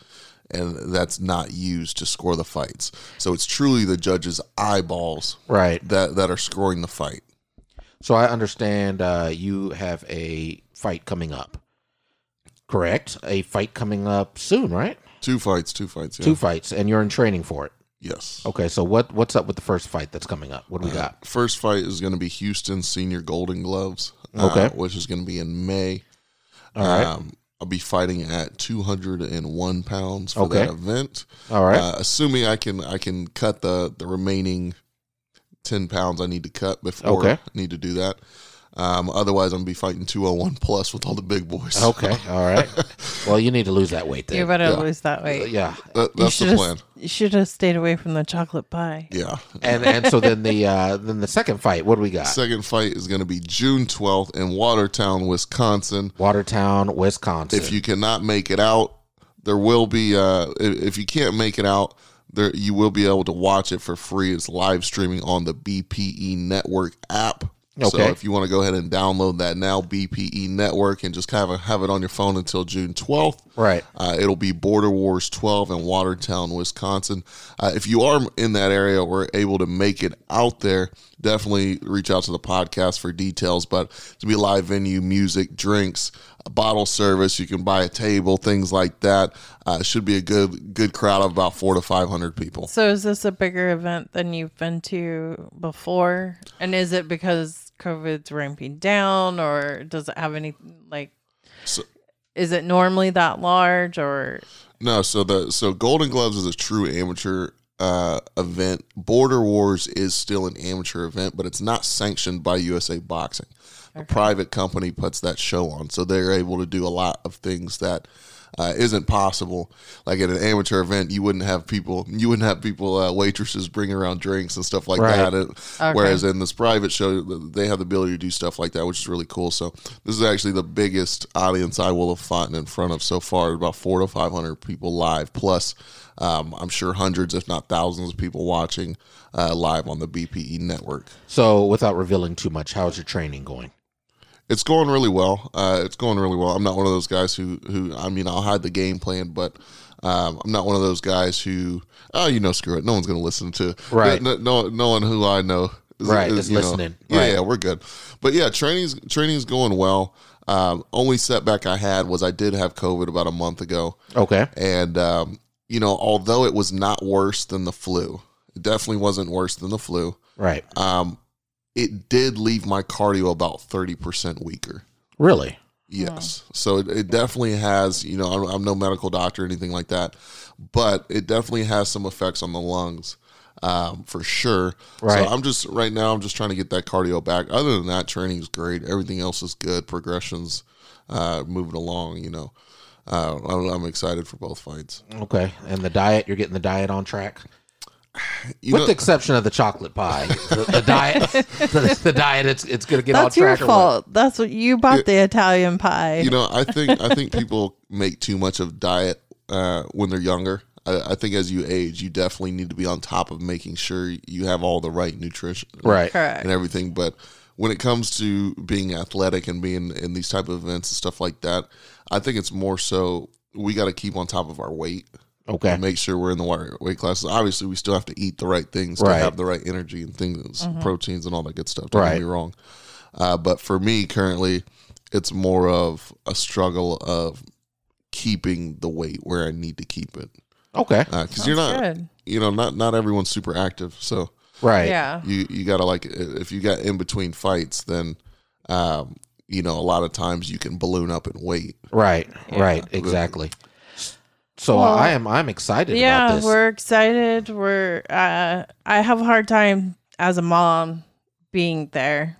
Speaker 4: And that's not used to score the fights. So it's truly the judge's eyeballs
Speaker 2: Right.
Speaker 4: that, that are scoring the fight.
Speaker 2: So I understand uh, you have a fight coming up. Correct. A fight coming up soon, right?
Speaker 4: Two fights, two fights. Yeah.
Speaker 2: Two fights, and you're in training for it.
Speaker 4: Yes.
Speaker 2: Okay. So what what's up with the first fight that's coming up? What
Speaker 4: Uh,
Speaker 2: do we got?
Speaker 4: First fight is going to be Houston Senior Golden Gloves, uh,
Speaker 2: Okay.
Speaker 4: which is going to be in May.
Speaker 2: All right.
Speaker 4: Um, I'll be fighting at 201 pounds for
Speaker 2: Okay.
Speaker 4: that event.
Speaker 2: All right.
Speaker 4: Uh, assuming I can, I can cut the the remaining 10 pounds I need to cut before
Speaker 2: Okay.
Speaker 4: I need to do that. Um, otherwise, I'm gonna be fighting 201 plus with all the big boys.
Speaker 2: okay. All right. Well, you need to lose that weight then.
Speaker 3: You better
Speaker 4: yeah.
Speaker 3: lose that weight.
Speaker 2: yeah.
Speaker 4: That-
Speaker 3: You
Speaker 4: that's the
Speaker 3: should've-
Speaker 4: plan.
Speaker 3: You should have stayed away from the chocolate pie.
Speaker 4: Yeah.
Speaker 2: And and so then the uh, then the second fight. What do we got?
Speaker 4: Second fight is going to be June 12th in Watertown, Wisconsin.
Speaker 2: Watertown, Wisconsin.
Speaker 4: if you cannot make it out there will be uh i- if you can't make it out there you will be able to watch it for free it's live streaming on the bpe network app so
Speaker 2: Okay.
Speaker 4: if you want to go ahead and download that now bpe network and just kind of have it on your phone until june 12th
Speaker 2: right.
Speaker 4: uh, it'll be Border Wars 12 in Watertown, Wisconsin. Uh, if you are in that area or able to make it out there, definitely reach out to the podcast for details. But to be a live venue, music, drinks, a bottle service, you can buy a table, things like that. Uh, it should be a good good crowd of about four to five hundred people.
Speaker 3: So is this a bigger event than you've been to before? And is it because COVID's ramping down or does it have any like
Speaker 4: So-
Speaker 3: is it normally that large or
Speaker 4: No, so the so Golden Gloves is a true amateur uh, event. Border Wars is still an amateur event, but it's not sanctioned by USA Boxing. A private company puts that show on, so they're able to do a lot of things that uh, isn't possible. Like at an amateur event, you wouldn't have people, you wouldn't have people uh, waitresses bringing around drinks and stuff like
Speaker 2: Right.
Speaker 4: that. It- Whereas in this private show, they have the ability to do stuff like that, which is really cool. So this is actually the biggest audience I will have fought in front of so far, about four to five hundred people live, plus um, I'm sure hundreds, if not thousands, of people watching uh, live on the BPE network.
Speaker 2: So without revealing too much, how's your training going?
Speaker 4: It's going really well. Uh, it's going really well. I'm not one of those guys who who I mean I'll hide the game plan, but Um, I'm not one of those guys who, oh, you know, screw it. No one's going to listen to.
Speaker 2: Right.
Speaker 4: No, no, no one who I know is,
Speaker 2: Right, is
Speaker 4: you know,
Speaker 2: listening.
Speaker 4: yeah,
Speaker 2: Right.
Speaker 4: yeah, we're good. But yeah, training's training's going well. Um, only setback I had was I did have COVID about a month ago.
Speaker 2: Okay.
Speaker 4: And, um, you know, although it was not worse than the flu, it definitely wasn't worse than the flu.
Speaker 2: Right.
Speaker 4: Um, it did leave my cardio about 30% weaker.
Speaker 2: Really?
Speaker 4: Yes.
Speaker 2: Mm.
Speaker 4: So it, it definitely has, you know, I'm, I'm no medical doctor or anything like that, but it definitely has some effects on the lungs um, for sure.
Speaker 2: Right.
Speaker 4: So I'm just, right now, I'm just trying to get that cardio back. Other than that, training's great. Everything else is good. Progression's uh, moving along, you know. Uh, I'm, I'm excited for both fights.
Speaker 2: Okay. And the diet, you're getting the diet on track?
Speaker 4: You
Speaker 2: With
Speaker 4: know,
Speaker 2: the exception of the chocolate pie. The, the diet the, the diet it's it's gonna get
Speaker 3: That's
Speaker 2: on
Speaker 3: your
Speaker 2: track. or what?
Speaker 3: fault. That's what you bought
Speaker 4: Yeah.
Speaker 3: the Italian pie.
Speaker 4: you know, I think I think people make too much of diet uh, when they're younger. I, I think as you age, you definitely need to be on top of making sure you have all the right nutrition,
Speaker 2: Right.
Speaker 3: Correct.
Speaker 4: and everything. But when it comes to being athletic and being in these type of events and stuff like that, I think it's more so we got to keep on top of our weight.
Speaker 2: Okay.
Speaker 4: and make sure we're in the wi- weight classes. Obviously, we still have to eat the right things to
Speaker 2: Right.
Speaker 4: have the right energy and things,
Speaker 3: Mm-hmm.
Speaker 4: proteins and all that good stuff. Don't
Speaker 2: Right.
Speaker 4: get me wrong. Uh, but for me, currently, it's more of a struggle of keeping the weight where I need to keep it
Speaker 2: Okay.
Speaker 4: because you're not,
Speaker 3: good.
Speaker 4: you know, not not everyone's super active, so
Speaker 2: Right.
Speaker 3: Yeah.
Speaker 4: you you gotta like i- if you got in between fights, then um, you know a lot of times you can balloon up in weight.
Speaker 2: Right. Right. Exactly. So
Speaker 3: Well-
Speaker 2: I am I'm excited about
Speaker 3: Yeah,
Speaker 2: this.
Speaker 3: we're excited. We're uh I have a hard time as a mom being there.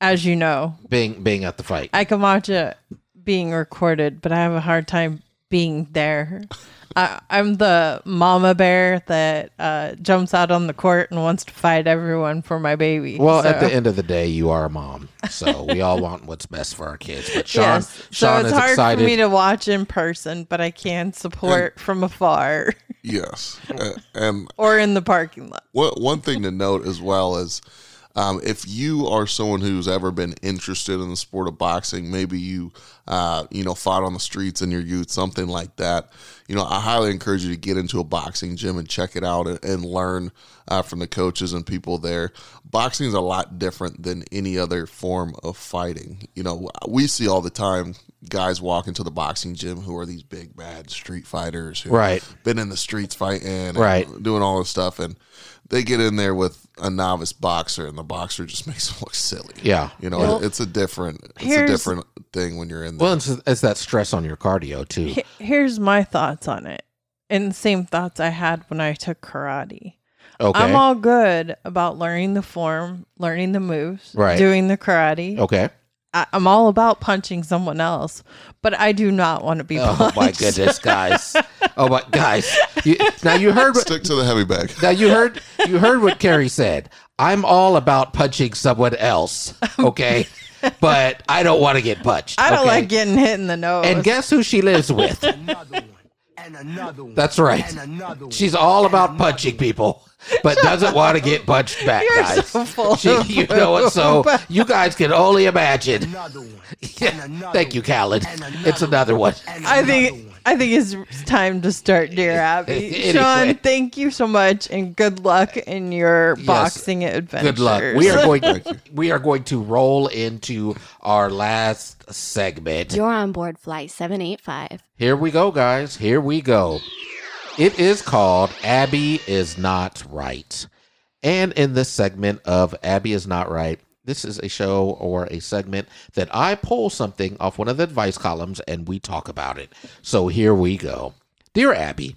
Speaker 3: As you know.
Speaker 2: being being at the fight.
Speaker 3: I can watch it being recorded, but I have a hard time being there. I, I'm the mama bear that uh, jumps out on the court and wants to fight everyone for my baby.
Speaker 2: well, at
Speaker 3: so-
Speaker 2: the end of the day, you are a mom, so we all want what's best for our kids. But Sean,
Speaker 3: Yes. So
Speaker 2: Sean
Speaker 3: it's
Speaker 2: is
Speaker 3: hard
Speaker 2: excited.
Speaker 3: for me to watch in person, but I can support from afar
Speaker 4: Yes, uh, and
Speaker 3: or in the parking lot.
Speaker 4: What one thing to note as well is, um, if you are someone who's ever been interested in the sport of boxing, maybe you, uh, you know, fought on the streets in your youth, something like that. You know, I highly encourage you to get into a boxing gym and check it out and, and learn uh, from the coaches and people there. Boxing is a lot different than any other form of fighting. You know, we see all the time guys walk into the boxing gym who are these big bad street fighters who
Speaker 2: Right.
Speaker 4: been in the streets fighting and
Speaker 2: Right.
Speaker 4: doing all this stuff and they get in there with a novice boxer and the boxer just makes them look silly
Speaker 2: Yeah.
Speaker 4: you know
Speaker 3: Well,
Speaker 4: it's a different it's a
Speaker 3: here's-
Speaker 4: different thing when you're in there
Speaker 2: Well, it's, it's that stress on your cardio too.
Speaker 3: He- Here's my thoughts on it, and the same thoughts I had when I took karate.
Speaker 2: Okay.
Speaker 3: I'm all good about learning the form, learning the moves,
Speaker 2: Right. Oh.
Speaker 3: doing the karate.
Speaker 2: okay.
Speaker 3: I, I'm all about punching someone else, but I do not want to be
Speaker 2: Oh
Speaker 3: punched.
Speaker 2: my goodness, guys! Oh my guys! You, now you heard what
Speaker 4: stick to the heavy bag
Speaker 2: now you heard you heard what Carrie said. I'm all about punching someone else, okay? But I don't want to get punched.
Speaker 3: I don't
Speaker 2: okay?
Speaker 3: like getting hit in the nose.
Speaker 2: And guess who she lives with?
Speaker 7: Another one. And another one.
Speaker 2: That's right.
Speaker 7: And another one.
Speaker 2: She's all about punching people, but doesn't want to get punched back,
Speaker 3: You're
Speaker 2: guys.
Speaker 3: so full
Speaker 2: She-
Speaker 3: of
Speaker 2: you know what? So
Speaker 3: poop.
Speaker 2: you guys can only imagine.
Speaker 7: another one. And another
Speaker 2: Thank you,
Speaker 7: one.
Speaker 2: Khaled.
Speaker 7: And another
Speaker 2: It's another one.
Speaker 7: And
Speaker 3: I
Speaker 7: another
Speaker 3: think
Speaker 7: one.
Speaker 3: I think it's time to start, dear Abby.
Speaker 2: Anyway.
Speaker 3: Sean, thank you so much, and good luck in your
Speaker 2: Yes.
Speaker 3: boxing adventure.
Speaker 2: Good luck. We are going. we are going to roll into our last segment.
Speaker 1: You're on board Flight 785.
Speaker 2: Here we go, guys. Here we go. It is called Abby is Not Right. And in this segment of Abby is Not Right, this is a show or a segment that I pull something off one of the advice columns and we talk about it. So here we go. Dear Abby,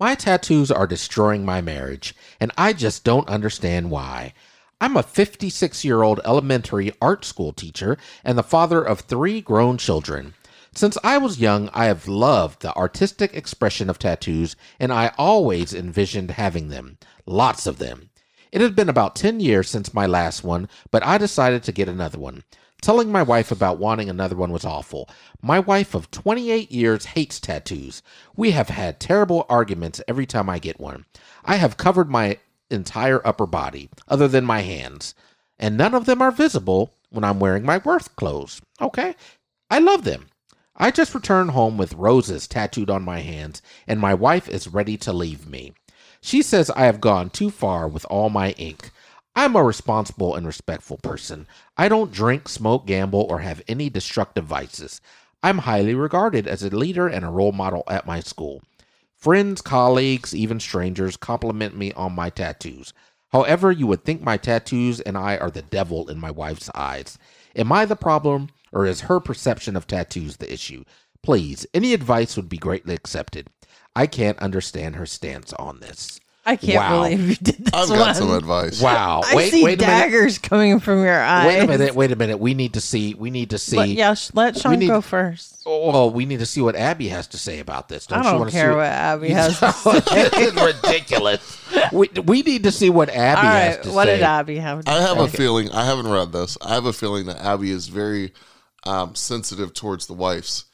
Speaker 2: my tattoos are destroying my marriage, and I just don't understand why. I'm a 56 year old elementary art school teacher and the father of three grown children. Since I was young, I have loved the artistic expression of tattoos, and I always envisioned having them lots of them. It had been about 10 years since my last one, but I decided to get another one. Telling my wife about wanting another one was awful. My wife of 28 years hates tattoos. We have had terrible arguments every time I get one. I have covered my entire upper body, other than my hands, and none of them are visible when I'm wearing my work clothes. Okay? I love them. I just returned home with roses tattooed on my hands, and my wife is ready to leave me. She says I have gone too far with all my ink. I'm a responsible and respectful person. I don't drink, smoke, gamble, or have any destructive vices. I'm highly regarded as a leader and a role model at my school. Friends, colleagues, even strangers compliment me on my tattoos. However, you would think my tattoos and I are the devil in my wife's eyes. Am I the problem, or is her perception of tattoos the issue? Please, any advice would be greatly accepted. I can't understand her stance on this.
Speaker 3: I can't
Speaker 2: Wow.
Speaker 3: believe you did this
Speaker 4: I've
Speaker 3: one.
Speaker 4: got some advice.
Speaker 2: Wow!
Speaker 3: I
Speaker 2: wait,
Speaker 3: see
Speaker 2: wait a minute.
Speaker 3: daggers coming from your eyes.
Speaker 2: Wait a minute. Wait a minute. We need to see. We need to see.
Speaker 3: Let, yeah, sh- let Sean
Speaker 2: need-
Speaker 3: go first.
Speaker 2: Oh, well, we need to see what Abby has to say about this. Don't
Speaker 3: I
Speaker 2: you
Speaker 3: don't
Speaker 2: want to
Speaker 3: care
Speaker 2: see
Speaker 3: what Abby has to
Speaker 2: This is ridiculous. We, we need to see what Abby
Speaker 3: All
Speaker 2: has
Speaker 3: right,
Speaker 2: to
Speaker 3: what
Speaker 2: say.
Speaker 3: did Abby have? To
Speaker 4: I have
Speaker 3: say?
Speaker 4: a feeling. I haven't read this. I have a feeling that Abby is very um, sensitive towards the wife's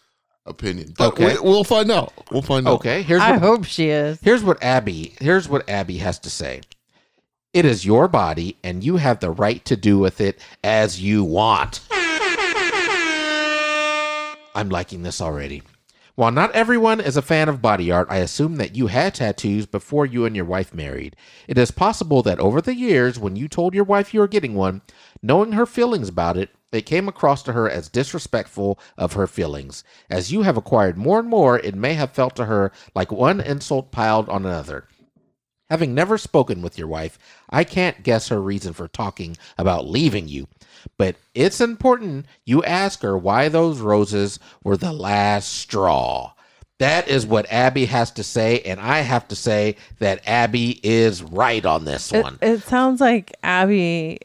Speaker 4: opinion. But
Speaker 2: Okay.
Speaker 4: we, we'll find out. We'll find out.
Speaker 2: Okay, here's
Speaker 3: I
Speaker 2: what,
Speaker 3: hope she is.
Speaker 2: here's what Abby here's what Abby has to say. It is your body, and you have the right to do with it as you want. I'm liking this already. While not everyone is a fan of body art, I assume that you had tattoos before you and your wife married. It is possible that over the years, when you told your wife you were getting one, knowing her feelings about it, it came across to her as disrespectful of her feelings. As you have acquired more and more, it may have felt to her like one insult piled on another. Having never spoken with your wife, I can't guess her reason for talking about leaving you. But it's important you ask her why those roses were the last straw. That is what Abby has to say, and I have to say that Abby is right on this
Speaker 3: It,
Speaker 2: one.
Speaker 3: it sounds like Abby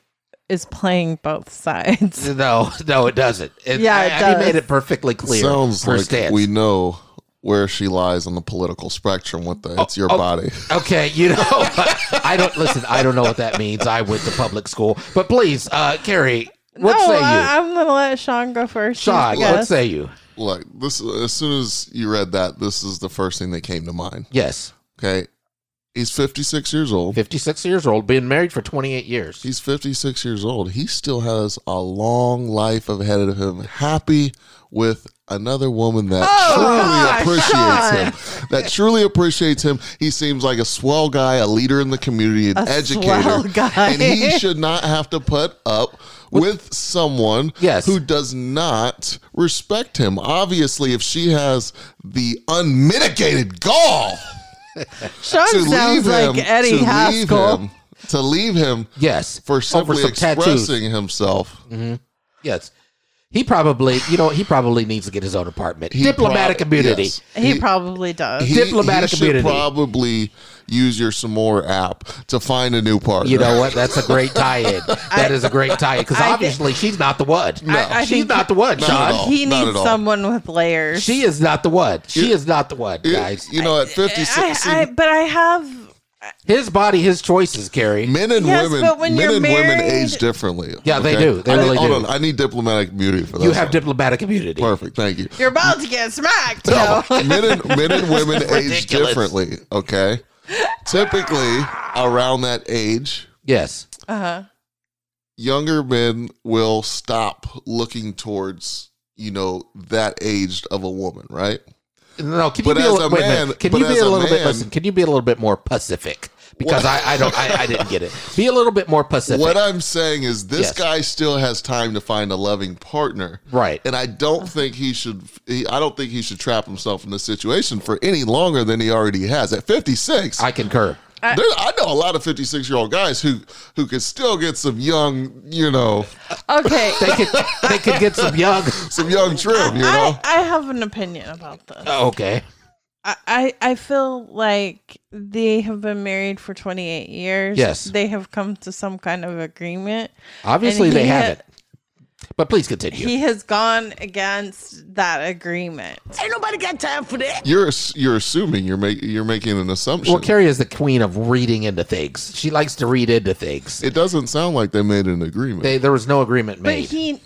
Speaker 3: is playing both sides.
Speaker 2: no, no, it doesn't. It,
Speaker 3: Yeah, it
Speaker 2: Abby
Speaker 3: does.
Speaker 2: made it perfectly clear.
Speaker 4: Sounds
Speaker 2: her
Speaker 4: like
Speaker 2: stance.
Speaker 4: we know where she lies on the political spectrum with the
Speaker 2: Oh,
Speaker 4: it's your body.
Speaker 2: Okay, you know, I don't listen. I don't know what that means. I went to public school, but please, uh, Carrie, what
Speaker 3: no,
Speaker 2: say you?
Speaker 3: I, I'm gonna let Sean go first. He's
Speaker 2: Sean,
Speaker 3: the
Speaker 2: what
Speaker 3: guest.
Speaker 2: say you?
Speaker 4: Look, this as soon as you read that, this is the first thing that came to mind.
Speaker 2: Yes.
Speaker 4: Okay. He's 56 years old.
Speaker 2: 56 years old, been married for 28 years.
Speaker 4: He's 56 years old. He still has a long life ahead of him, happy with another woman that
Speaker 3: Oh,
Speaker 4: truly appreciates him. That truly appreciates him. He seems like a swell guy, a leader in the community, an
Speaker 3: A
Speaker 4: educator.
Speaker 3: swell guy.
Speaker 4: And he should not have to put up with someone
Speaker 2: Yes.
Speaker 4: who does not respect him. Obviously, if she has the unmitigated gall
Speaker 3: Sean
Speaker 4: to leave
Speaker 3: sounds
Speaker 4: him,
Speaker 3: like Eddie
Speaker 4: to leave
Speaker 3: Haskell.
Speaker 4: him, to leave him
Speaker 2: yes.
Speaker 4: for
Speaker 2: Over
Speaker 4: simply
Speaker 2: some
Speaker 4: expressing
Speaker 2: tattoos.
Speaker 4: himself.
Speaker 2: Yes. He probably, you know, he probably needs to get his own apartment.
Speaker 4: He
Speaker 2: Diplomatic
Speaker 4: prob-
Speaker 2: immunity.
Speaker 4: yes.
Speaker 3: He, probably does.
Speaker 4: He-
Speaker 2: Diplomatic
Speaker 4: he should
Speaker 2: immunity.
Speaker 4: probably use your some more app to find a new partner.
Speaker 2: You know what? That's a great tie-in. That is a great tie-in because
Speaker 3: I thi-
Speaker 2: obviously she's not the one.
Speaker 3: I
Speaker 2: she's
Speaker 3: think-
Speaker 2: not the one,
Speaker 4: Not at all.
Speaker 2: Sean.
Speaker 3: he
Speaker 4: Not
Speaker 3: needs
Speaker 4: at all.
Speaker 3: someone with layers.
Speaker 2: She is not the one. She is not the one,
Speaker 4: You-
Speaker 2: guys.
Speaker 4: you know, at fifty
Speaker 3: I,
Speaker 4: six,
Speaker 3: I, but I have
Speaker 2: His body, his choices, Carrie.
Speaker 4: men and
Speaker 3: Yes,
Speaker 4: women,
Speaker 3: but when
Speaker 4: men
Speaker 3: you're
Speaker 4: and women
Speaker 3: married-
Speaker 4: age differently.
Speaker 2: Yeah, they do. They
Speaker 4: I need-
Speaker 2: really
Speaker 4: hold
Speaker 2: do.
Speaker 4: on, I need diplomatic immunity for that.
Speaker 2: You have diplomatic immunity.
Speaker 4: perfect. Thank you.
Speaker 3: you're about to get smacked. No.
Speaker 4: men and men and women age
Speaker 2: ridiculous.
Speaker 4: differently. Okay, typically around that age,
Speaker 2: Yes.
Speaker 4: younger men will stop looking towards you know that age of a woman, right?
Speaker 2: No, can
Speaker 4: But
Speaker 2: you be a,
Speaker 4: as
Speaker 2: little-
Speaker 4: a
Speaker 2: wait a minute.
Speaker 4: man-
Speaker 2: Can
Speaker 4: but
Speaker 2: you be
Speaker 4: as
Speaker 2: a
Speaker 4: a
Speaker 2: little bit?
Speaker 4: man-
Speaker 2: Listen, can you be a little bit more Pacific? Because I, I don't, I, I didn't get it. Be a little bit more Pacific.
Speaker 4: What I'm saying is this
Speaker 2: Yes.
Speaker 4: guy still has time to find a loving partner.
Speaker 2: Right.
Speaker 4: And I don't think he should he, I don't think he should trap himself in this situation for any longer than he already has. At 56,
Speaker 2: I
Speaker 4: I,
Speaker 2: concur.
Speaker 4: there, I know a lot of 56-year-old guys who who could still get some young, you know,
Speaker 3: Okay,
Speaker 2: They could, they could get some young.
Speaker 4: some young trim, you know.
Speaker 3: I, I have an opinion about this.
Speaker 2: Okay.
Speaker 3: I- I, I feel like they have been married for 28 years.
Speaker 2: Yes.
Speaker 3: They have come to some kind of agreement.
Speaker 2: Obviously,
Speaker 3: And
Speaker 2: they
Speaker 3: he had-
Speaker 2: haven't. But please continue.
Speaker 3: He has gone against that agreement.
Speaker 6: Ain't nobody got time for that.
Speaker 4: You're ass- you're assuming you're making you're making an assumption.
Speaker 2: well, Carrie is the queen of reading into things. She likes to read into things.
Speaker 4: it doesn't sound like they made an agreement.
Speaker 2: They, there was no agreement
Speaker 3: But
Speaker 2: made.
Speaker 3: he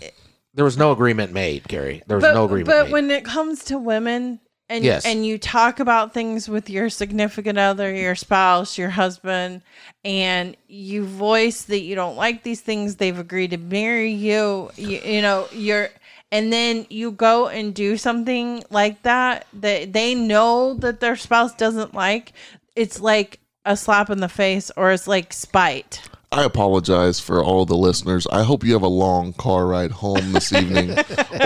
Speaker 2: there was no agreement made, Carrie. There was
Speaker 3: but,
Speaker 2: no agreement
Speaker 3: but
Speaker 2: made.
Speaker 3: when it comes to women and
Speaker 2: Yes.
Speaker 3: and you talk about things with your significant other, your spouse, your husband, and you voice that you don't like these things, they've agreed to marry you, you, you know, you're and then you go and do something like that that they know that their spouse doesn't like, it's like a slap in the face or it's like spite.
Speaker 4: I apologize for all the listeners. I hope you have a long car ride home this evening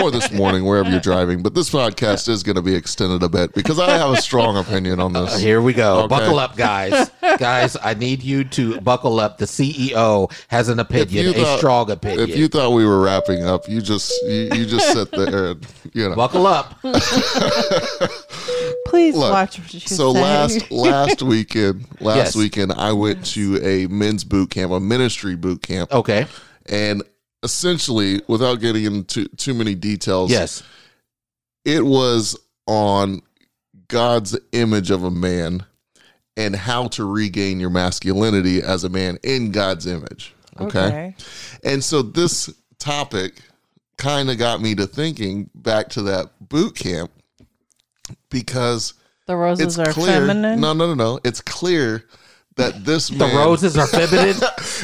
Speaker 4: or this morning, wherever you're driving. But this podcast is going to be extended a bit because I have a strong opinion on this.
Speaker 2: Uh, Here we go.
Speaker 4: Okay.
Speaker 2: Buckle up, guys. guys, I need you to buckle up. The CEO has an opinion, a strong opinion.
Speaker 4: If you thought we were wrapping up, you just you, you just sit there and you know.
Speaker 2: buckle up.
Speaker 3: Please
Speaker 4: Look,
Speaker 3: watch what you
Speaker 4: so
Speaker 3: say.
Speaker 4: last last weekend, last
Speaker 2: Yes.
Speaker 4: weekend, I went to a men's boot camp, a ministry boot camp,
Speaker 2: Okay.
Speaker 4: and essentially, without getting into too many details,
Speaker 2: Yes.
Speaker 4: it was on God's image of a man and how to regain your masculinity as a man in God's image. okay. And so this topic kind of got me to thinking back to that boot camp because
Speaker 3: The roses
Speaker 4: it's
Speaker 3: are
Speaker 4: clear.
Speaker 3: feminine.
Speaker 4: No, no, no, no. It's clear that this
Speaker 2: The
Speaker 4: man,
Speaker 2: roses are feminine.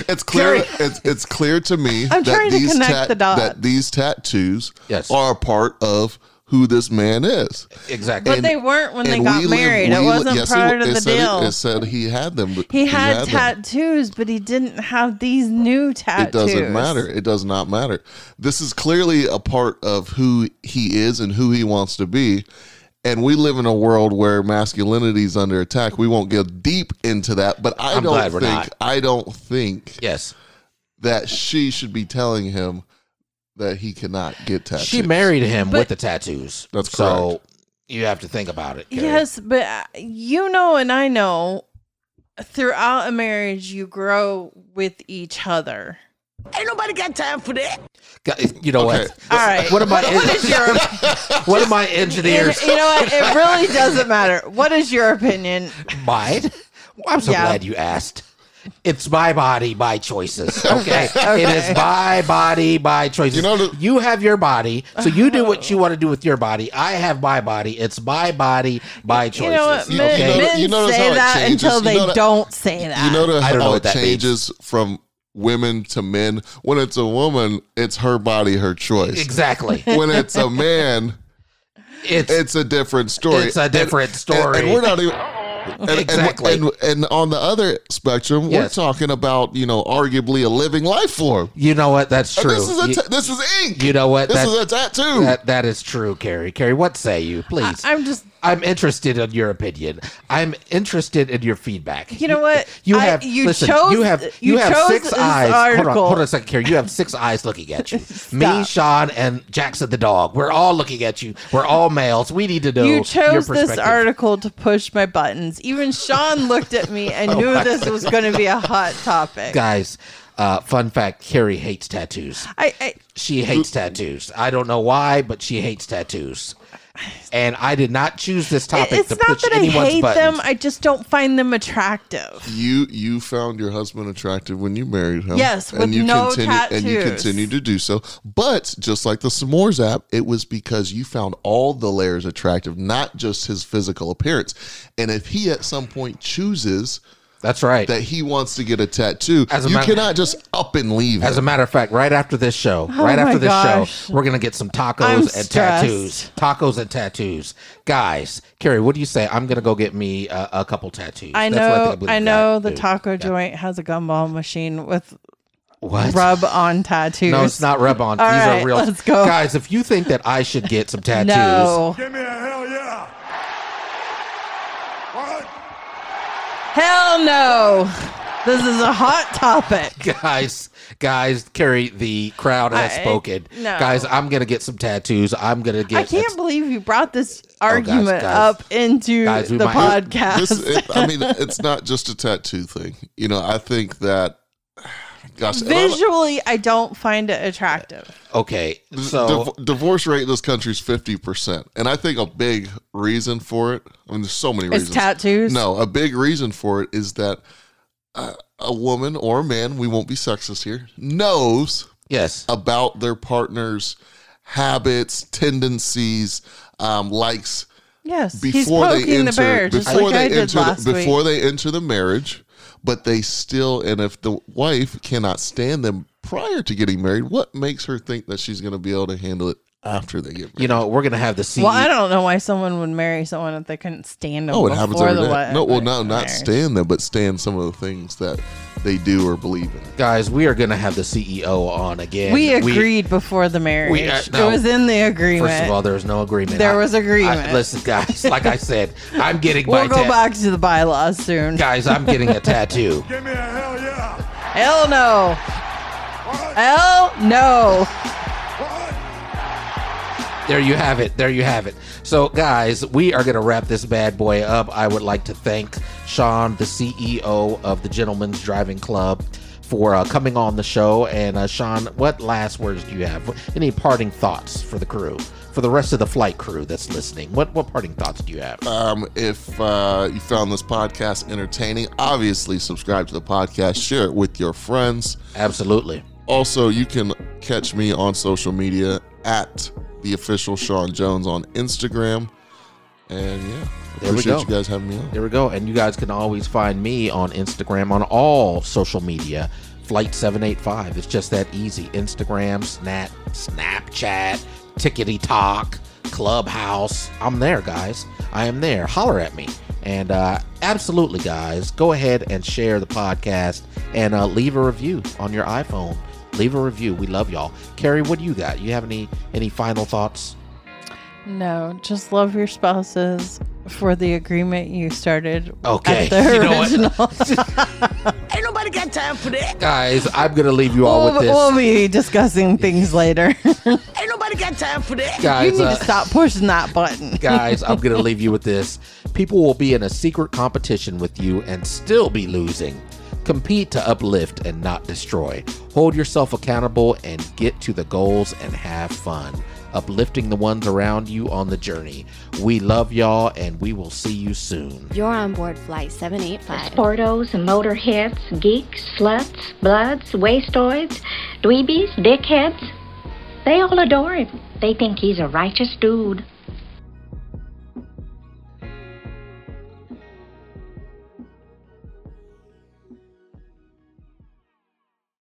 Speaker 4: It's clear.
Speaker 2: Jerry.
Speaker 4: It's, it's clear to me
Speaker 3: I'm
Speaker 4: that
Speaker 3: trying to
Speaker 4: these
Speaker 3: connect
Speaker 4: tat-
Speaker 3: the dots.
Speaker 4: that these tattoos
Speaker 2: Yes.
Speaker 4: are a part of who this man is.
Speaker 2: exactly.
Speaker 3: But
Speaker 4: And-
Speaker 3: they weren't when they
Speaker 4: And
Speaker 3: got
Speaker 4: we live-
Speaker 3: married.
Speaker 4: we
Speaker 3: it
Speaker 4: li-
Speaker 3: wasn't
Speaker 4: yes,
Speaker 3: part of
Speaker 4: it
Speaker 3: the
Speaker 4: said,
Speaker 3: deal.
Speaker 4: It said he had them. but
Speaker 3: He had
Speaker 4: them.
Speaker 3: tattoos, but he didn't have these new tattoos.
Speaker 4: It doesn't matter. It does not matter. This is clearly a part of who he is and who he wants to be. And we live in a world where masculinity is under attack. We won't get deep into that, but I
Speaker 2: I'm
Speaker 4: don't
Speaker 2: glad we're
Speaker 4: think
Speaker 2: not.
Speaker 4: I don't think
Speaker 2: yes.
Speaker 4: that she should be telling him that he cannot get tattoos.
Speaker 2: She married him
Speaker 3: But-
Speaker 2: with the tattoos.
Speaker 4: That's
Speaker 2: So you have to think about it. Carrie.
Speaker 3: Yes, but uh, you know, and I know, throughout a marriage, you grow with each other.
Speaker 6: Ain't nobody got time for that.
Speaker 2: Guys, You know
Speaker 4: Okay.
Speaker 2: what?
Speaker 3: All right.
Speaker 2: What am I?
Speaker 3: What is your?
Speaker 2: What am I?
Speaker 3: you,
Speaker 2: Engineers
Speaker 3: you know what? It really doesn't matter. What is your opinion?
Speaker 2: mind. Well, I'm so
Speaker 3: Yeah.
Speaker 2: glad you asked. It's my body, my choices. Okay, it is my body, my choices.
Speaker 4: You
Speaker 2: You
Speaker 4: know the-
Speaker 2: have your body, so you do what you want to do with your body. I have my body. It's my body, my choices.
Speaker 3: You know what?
Speaker 4: You-
Speaker 3: Men,
Speaker 4: you know-
Speaker 2: okay,
Speaker 3: men
Speaker 4: you notice how
Speaker 3: say
Speaker 4: it
Speaker 3: that
Speaker 4: changes.
Speaker 3: until
Speaker 4: You
Speaker 3: they
Speaker 4: know that-
Speaker 3: don't say that.
Speaker 4: you know the,
Speaker 2: I don't know
Speaker 4: how
Speaker 2: what
Speaker 4: it
Speaker 2: that means.
Speaker 4: changes from women to men. When it's a woman, it's her body, her choice.
Speaker 2: exactly.
Speaker 4: When it's a man,
Speaker 2: It's,
Speaker 4: it's a different story.
Speaker 2: It's a different
Speaker 4: And,
Speaker 2: story.
Speaker 4: and we're not even. And, and-
Speaker 2: Exactly.
Speaker 4: And, and, on the other spectrum,
Speaker 2: Yes.
Speaker 4: we're talking about you know arguably a living life form.
Speaker 2: you know what? That's
Speaker 4: And
Speaker 2: true.
Speaker 4: This is a
Speaker 2: You-
Speaker 4: ta- this is ink.
Speaker 2: you know what?
Speaker 4: This
Speaker 2: That-
Speaker 4: is a tattoo.
Speaker 2: that that is true, Carrie. Carrie, what say you? Please,
Speaker 3: I'm just
Speaker 2: I'm interested in your opinion. I'm interested in your feedback.
Speaker 3: You know what?
Speaker 2: You
Speaker 3: I-
Speaker 2: have
Speaker 3: you
Speaker 2: listen,
Speaker 3: chose-
Speaker 2: you have you,
Speaker 3: you
Speaker 2: have
Speaker 3: chose
Speaker 2: six
Speaker 3: this
Speaker 2: eyes. Hold
Speaker 3: article.
Speaker 2: on, hold on a second, Carrie. You have six eyes looking at you. Me,
Speaker 3: Stop.
Speaker 2: Sean, and Jackson the dog. We're all looking at you. We're all males. We need to know
Speaker 3: you
Speaker 2: your
Speaker 3: chose this
Speaker 2: perspective.
Speaker 3: article to push my buttons. Even Sean looked at me
Speaker 2: Oh
Speaker 3: and knew this was going to be a hot topic.
Speaker 2: guys. Uh, fun fact: Carrie hates tattoos.
Speaker 3: I, I
Speaker 2: She hates tattoos. I don't know why, but she hates tattoos. And I did not choose this topic
Speaker 3: it's
Speaker 2: to
Speaker 3: not
Speaker 2: push
Speaker 3: that I
Speaker 2: anyone's
Speaker 3: hate
Speaker 2: buttons.
Speaker 3: them. I just don't find them attractive.
Speaker 4: you you found your husband attractive when you married him.
Speaker 3: Yes, with no
Speaker 4: and you
Speaker 3: tattoos.
Speaker 4: continue to do so. But just like the S'mores app, it was because you found all the layers attractive, not just his physical appearance. And if he at some point chooses
Speaker 2: That's right.
Speaker 4: that he wants to get a tattoo,
Speaker 2: As a
Speaker 4: you
Speaker 2: matter-
Speaker 4: cannot just up and leave.
Speaker 2: As a
Speaker 4: him.
Speaker 2: matter of fact, right after this show, right
Speaker 3: Oh my
Speaker 2: after this
Speaker 3: gosh.
Speaker 2: show, we're gonna get some tacos
Speaker 3: I'm
Speaker 2: and
Speaker 3: stressed.
Speaker 2: tattoos. Tacos and tattoos, guys. Carrie, what do you say? I'm gonna go get me uh, a couple tattoos.
Speaker 3: I
Speaker 2: That's what
Speaker 3: know.
Speaker 2: think I'm
Speaker 3: I,
Speaker 2: gonna
Speaker 3: know
Speaker 2: do.
Speaker 3: the taco joint has a gumball machine with
Speaker 2: What?
Speaker 3: rub on tattoos.
Speaker 2: No, it's not rub on. These
Speaker 3: All
Speaker 2: are
Speaker 3: right,
Speaker 2: real.
Speaker 3: let's go.
Speaker 2: guys. If you think that I should get some tattoos,
Speaker 3: No.
Speaker 7: Give me a hell yeah. What?
Speaker 3: Hell no. This is a hot topic.
Speaker 2: guys, guys, Carrie, the crowd has
Speaker 3: I-
Speaker 2: spoken.
Speaker 3: no.
Speaker 2: Guys, I'm gonna get some tattoos. I'm gonna get.
Speaker 3: I can't believe you brought this
Speaker 4: Oh,
Speaker 3: argument
Speaker 2: guys.
Speaker 3: up into
Speaker 2: Guys, we
Speaker 3: the
Speaker 2: might-
Speaker 3: podcast.
Speaker 4: This- it- I mean, it's not just a tattoo thing. You know, I think that, gosh, and I-
Speaker 3: Visually, I don't find it attractive.
Speaker 2: okay, so
Speaker 4: div- divorce rate in this country is fifty percent, and I think a big reason for it. I mean, there's so many
Speaker 3: It's
Speaker 4: reasons.
Speaker 3: tattoos.
Speaker 4: No, a big reason for it is that uh, a woman or a man, we won't be sexist here, knows
Speaker 2: yes,
Speaker 4: about their partner's habits, tendencies, um, likes
Speaker 3: Yes, he's
Speaker 4: before
Speaker 3: poking
Speaker 4: they enter
Speaker 3: the bear just
Speaker 4: before
Speaker 3: like
Speaker 4: they
Speaker 3: I did
Speaker 4: enter
Speaker 3: last
Speaker 4: the, before
Speaker 3: week.
Speaker 4: they enter the marriage but they still and if the wife cannot stand them prior to getting married what makes her think that she's going to be able to handle it after they get married.
Speaker 2: You know, we're gonna have the E CEO.
Speaker 3: Well, I don't know why someone would marry someone if they couldn't stand them.
Speaker 4: Oh, it happens
Speaker 3: before
Speaker 4: every
Speaker 3: the
Speaker 4: day.
Speaker 3: wed-
Speaker 4: No, well, no, not
Speaker 3: marriage.
Speaker 4: stand them, but stand some of the things that they do or believe in.
Speaker 2: guys, we are gonna have the CEO on again.
Speaker 3: We agreed before the marriage.
Speaker 2: we- uh, no.
Speaker 3: It was in the agreement.
Speaker 2: First of all, there was no agreement.
Speaker 3: There
Speaker 2: I-
Speaker 3: was agreement.
Speaker 2: I- listen, guys, like I said, I'm getting my
Speaker 3: we'll go
Speaker 2: ta-
Speaker 3: back to the bylaws soon.
Speaker 2: Guys, I'm getting a tattoo.
Speaker 3: Hell no. Hell no.
Speaker 2: There you have it. There you have it. So, guys, we are going to wrap this bad boy up. I would like to thank Sean, the CEO of the Gentleman's Driving Club, for uh, coming on the show. And, uh, Sean, what last words do you have? Any parting thoughts for the crew, for the rest of the flight crew that's listening? What what parting thoughts do you have?
Speaker 4: Um, if uh, you found this podcast entertaining, obviously subscribe to the podcast, share it with your friends.
Speaker 2: Absolutely.
Speaker 4: Also, you can catch me on social media at the official Sean Jones on Instagram. And yeah,
Speaker 2: There we
Speaker 4: appreciate
Speaker 2: go.
Speaker 4: you guys having me on.
Speaker 2: There we go. And you guys can always find me on Instagram on all social media. Flight 785. It's just that easy. Instagram, Snap, Snapchat, Tickety Talk, Clubhouse. I'm there, guys. I am there. Holler at me. And uh, absolutely, guys, go ahead and share the podcast and uh, leave a review on your iPhone. Leave a review. We love y'all. Carrie, what do you got? You have any any final thoughts?
Speaker 3: No, just love your spouses for the agreement you started.
Speaker 2: Okay.
Speaker 3: At their
Speaker 2: You know what?
Speaker 3: original.
Speaker 6: Ain't nobody got time for that.
Speaker 2: Guys, I'm gonna leave you all
Speaker 3: we'll,
Speaker 2: with this.
Speaker 3: we'll be discussing things later. you
Speaker 6: Ain't nobody got time for that.
Speaker 2: Guys,
Speaker 3: need
Speaker 2: uh,
Speaker 3: to stop pushing that button.
Speaker 2: guys, I'm going to leave you with this. People will be in a secret competition with you and still be losing. Compete to uplift and not destroy. Hold yourself accountable and get to the goals and have fun, uplifting the ones around you on the journey. We love y'all and we will see you soon.
Speaker 1: You're on board Flight 785.
Speaker 8: Sportos, motorheads, geeks, sluts, bloods, wastoids, dweebies, dickheads. They all adore him. They think he's a righteous dude.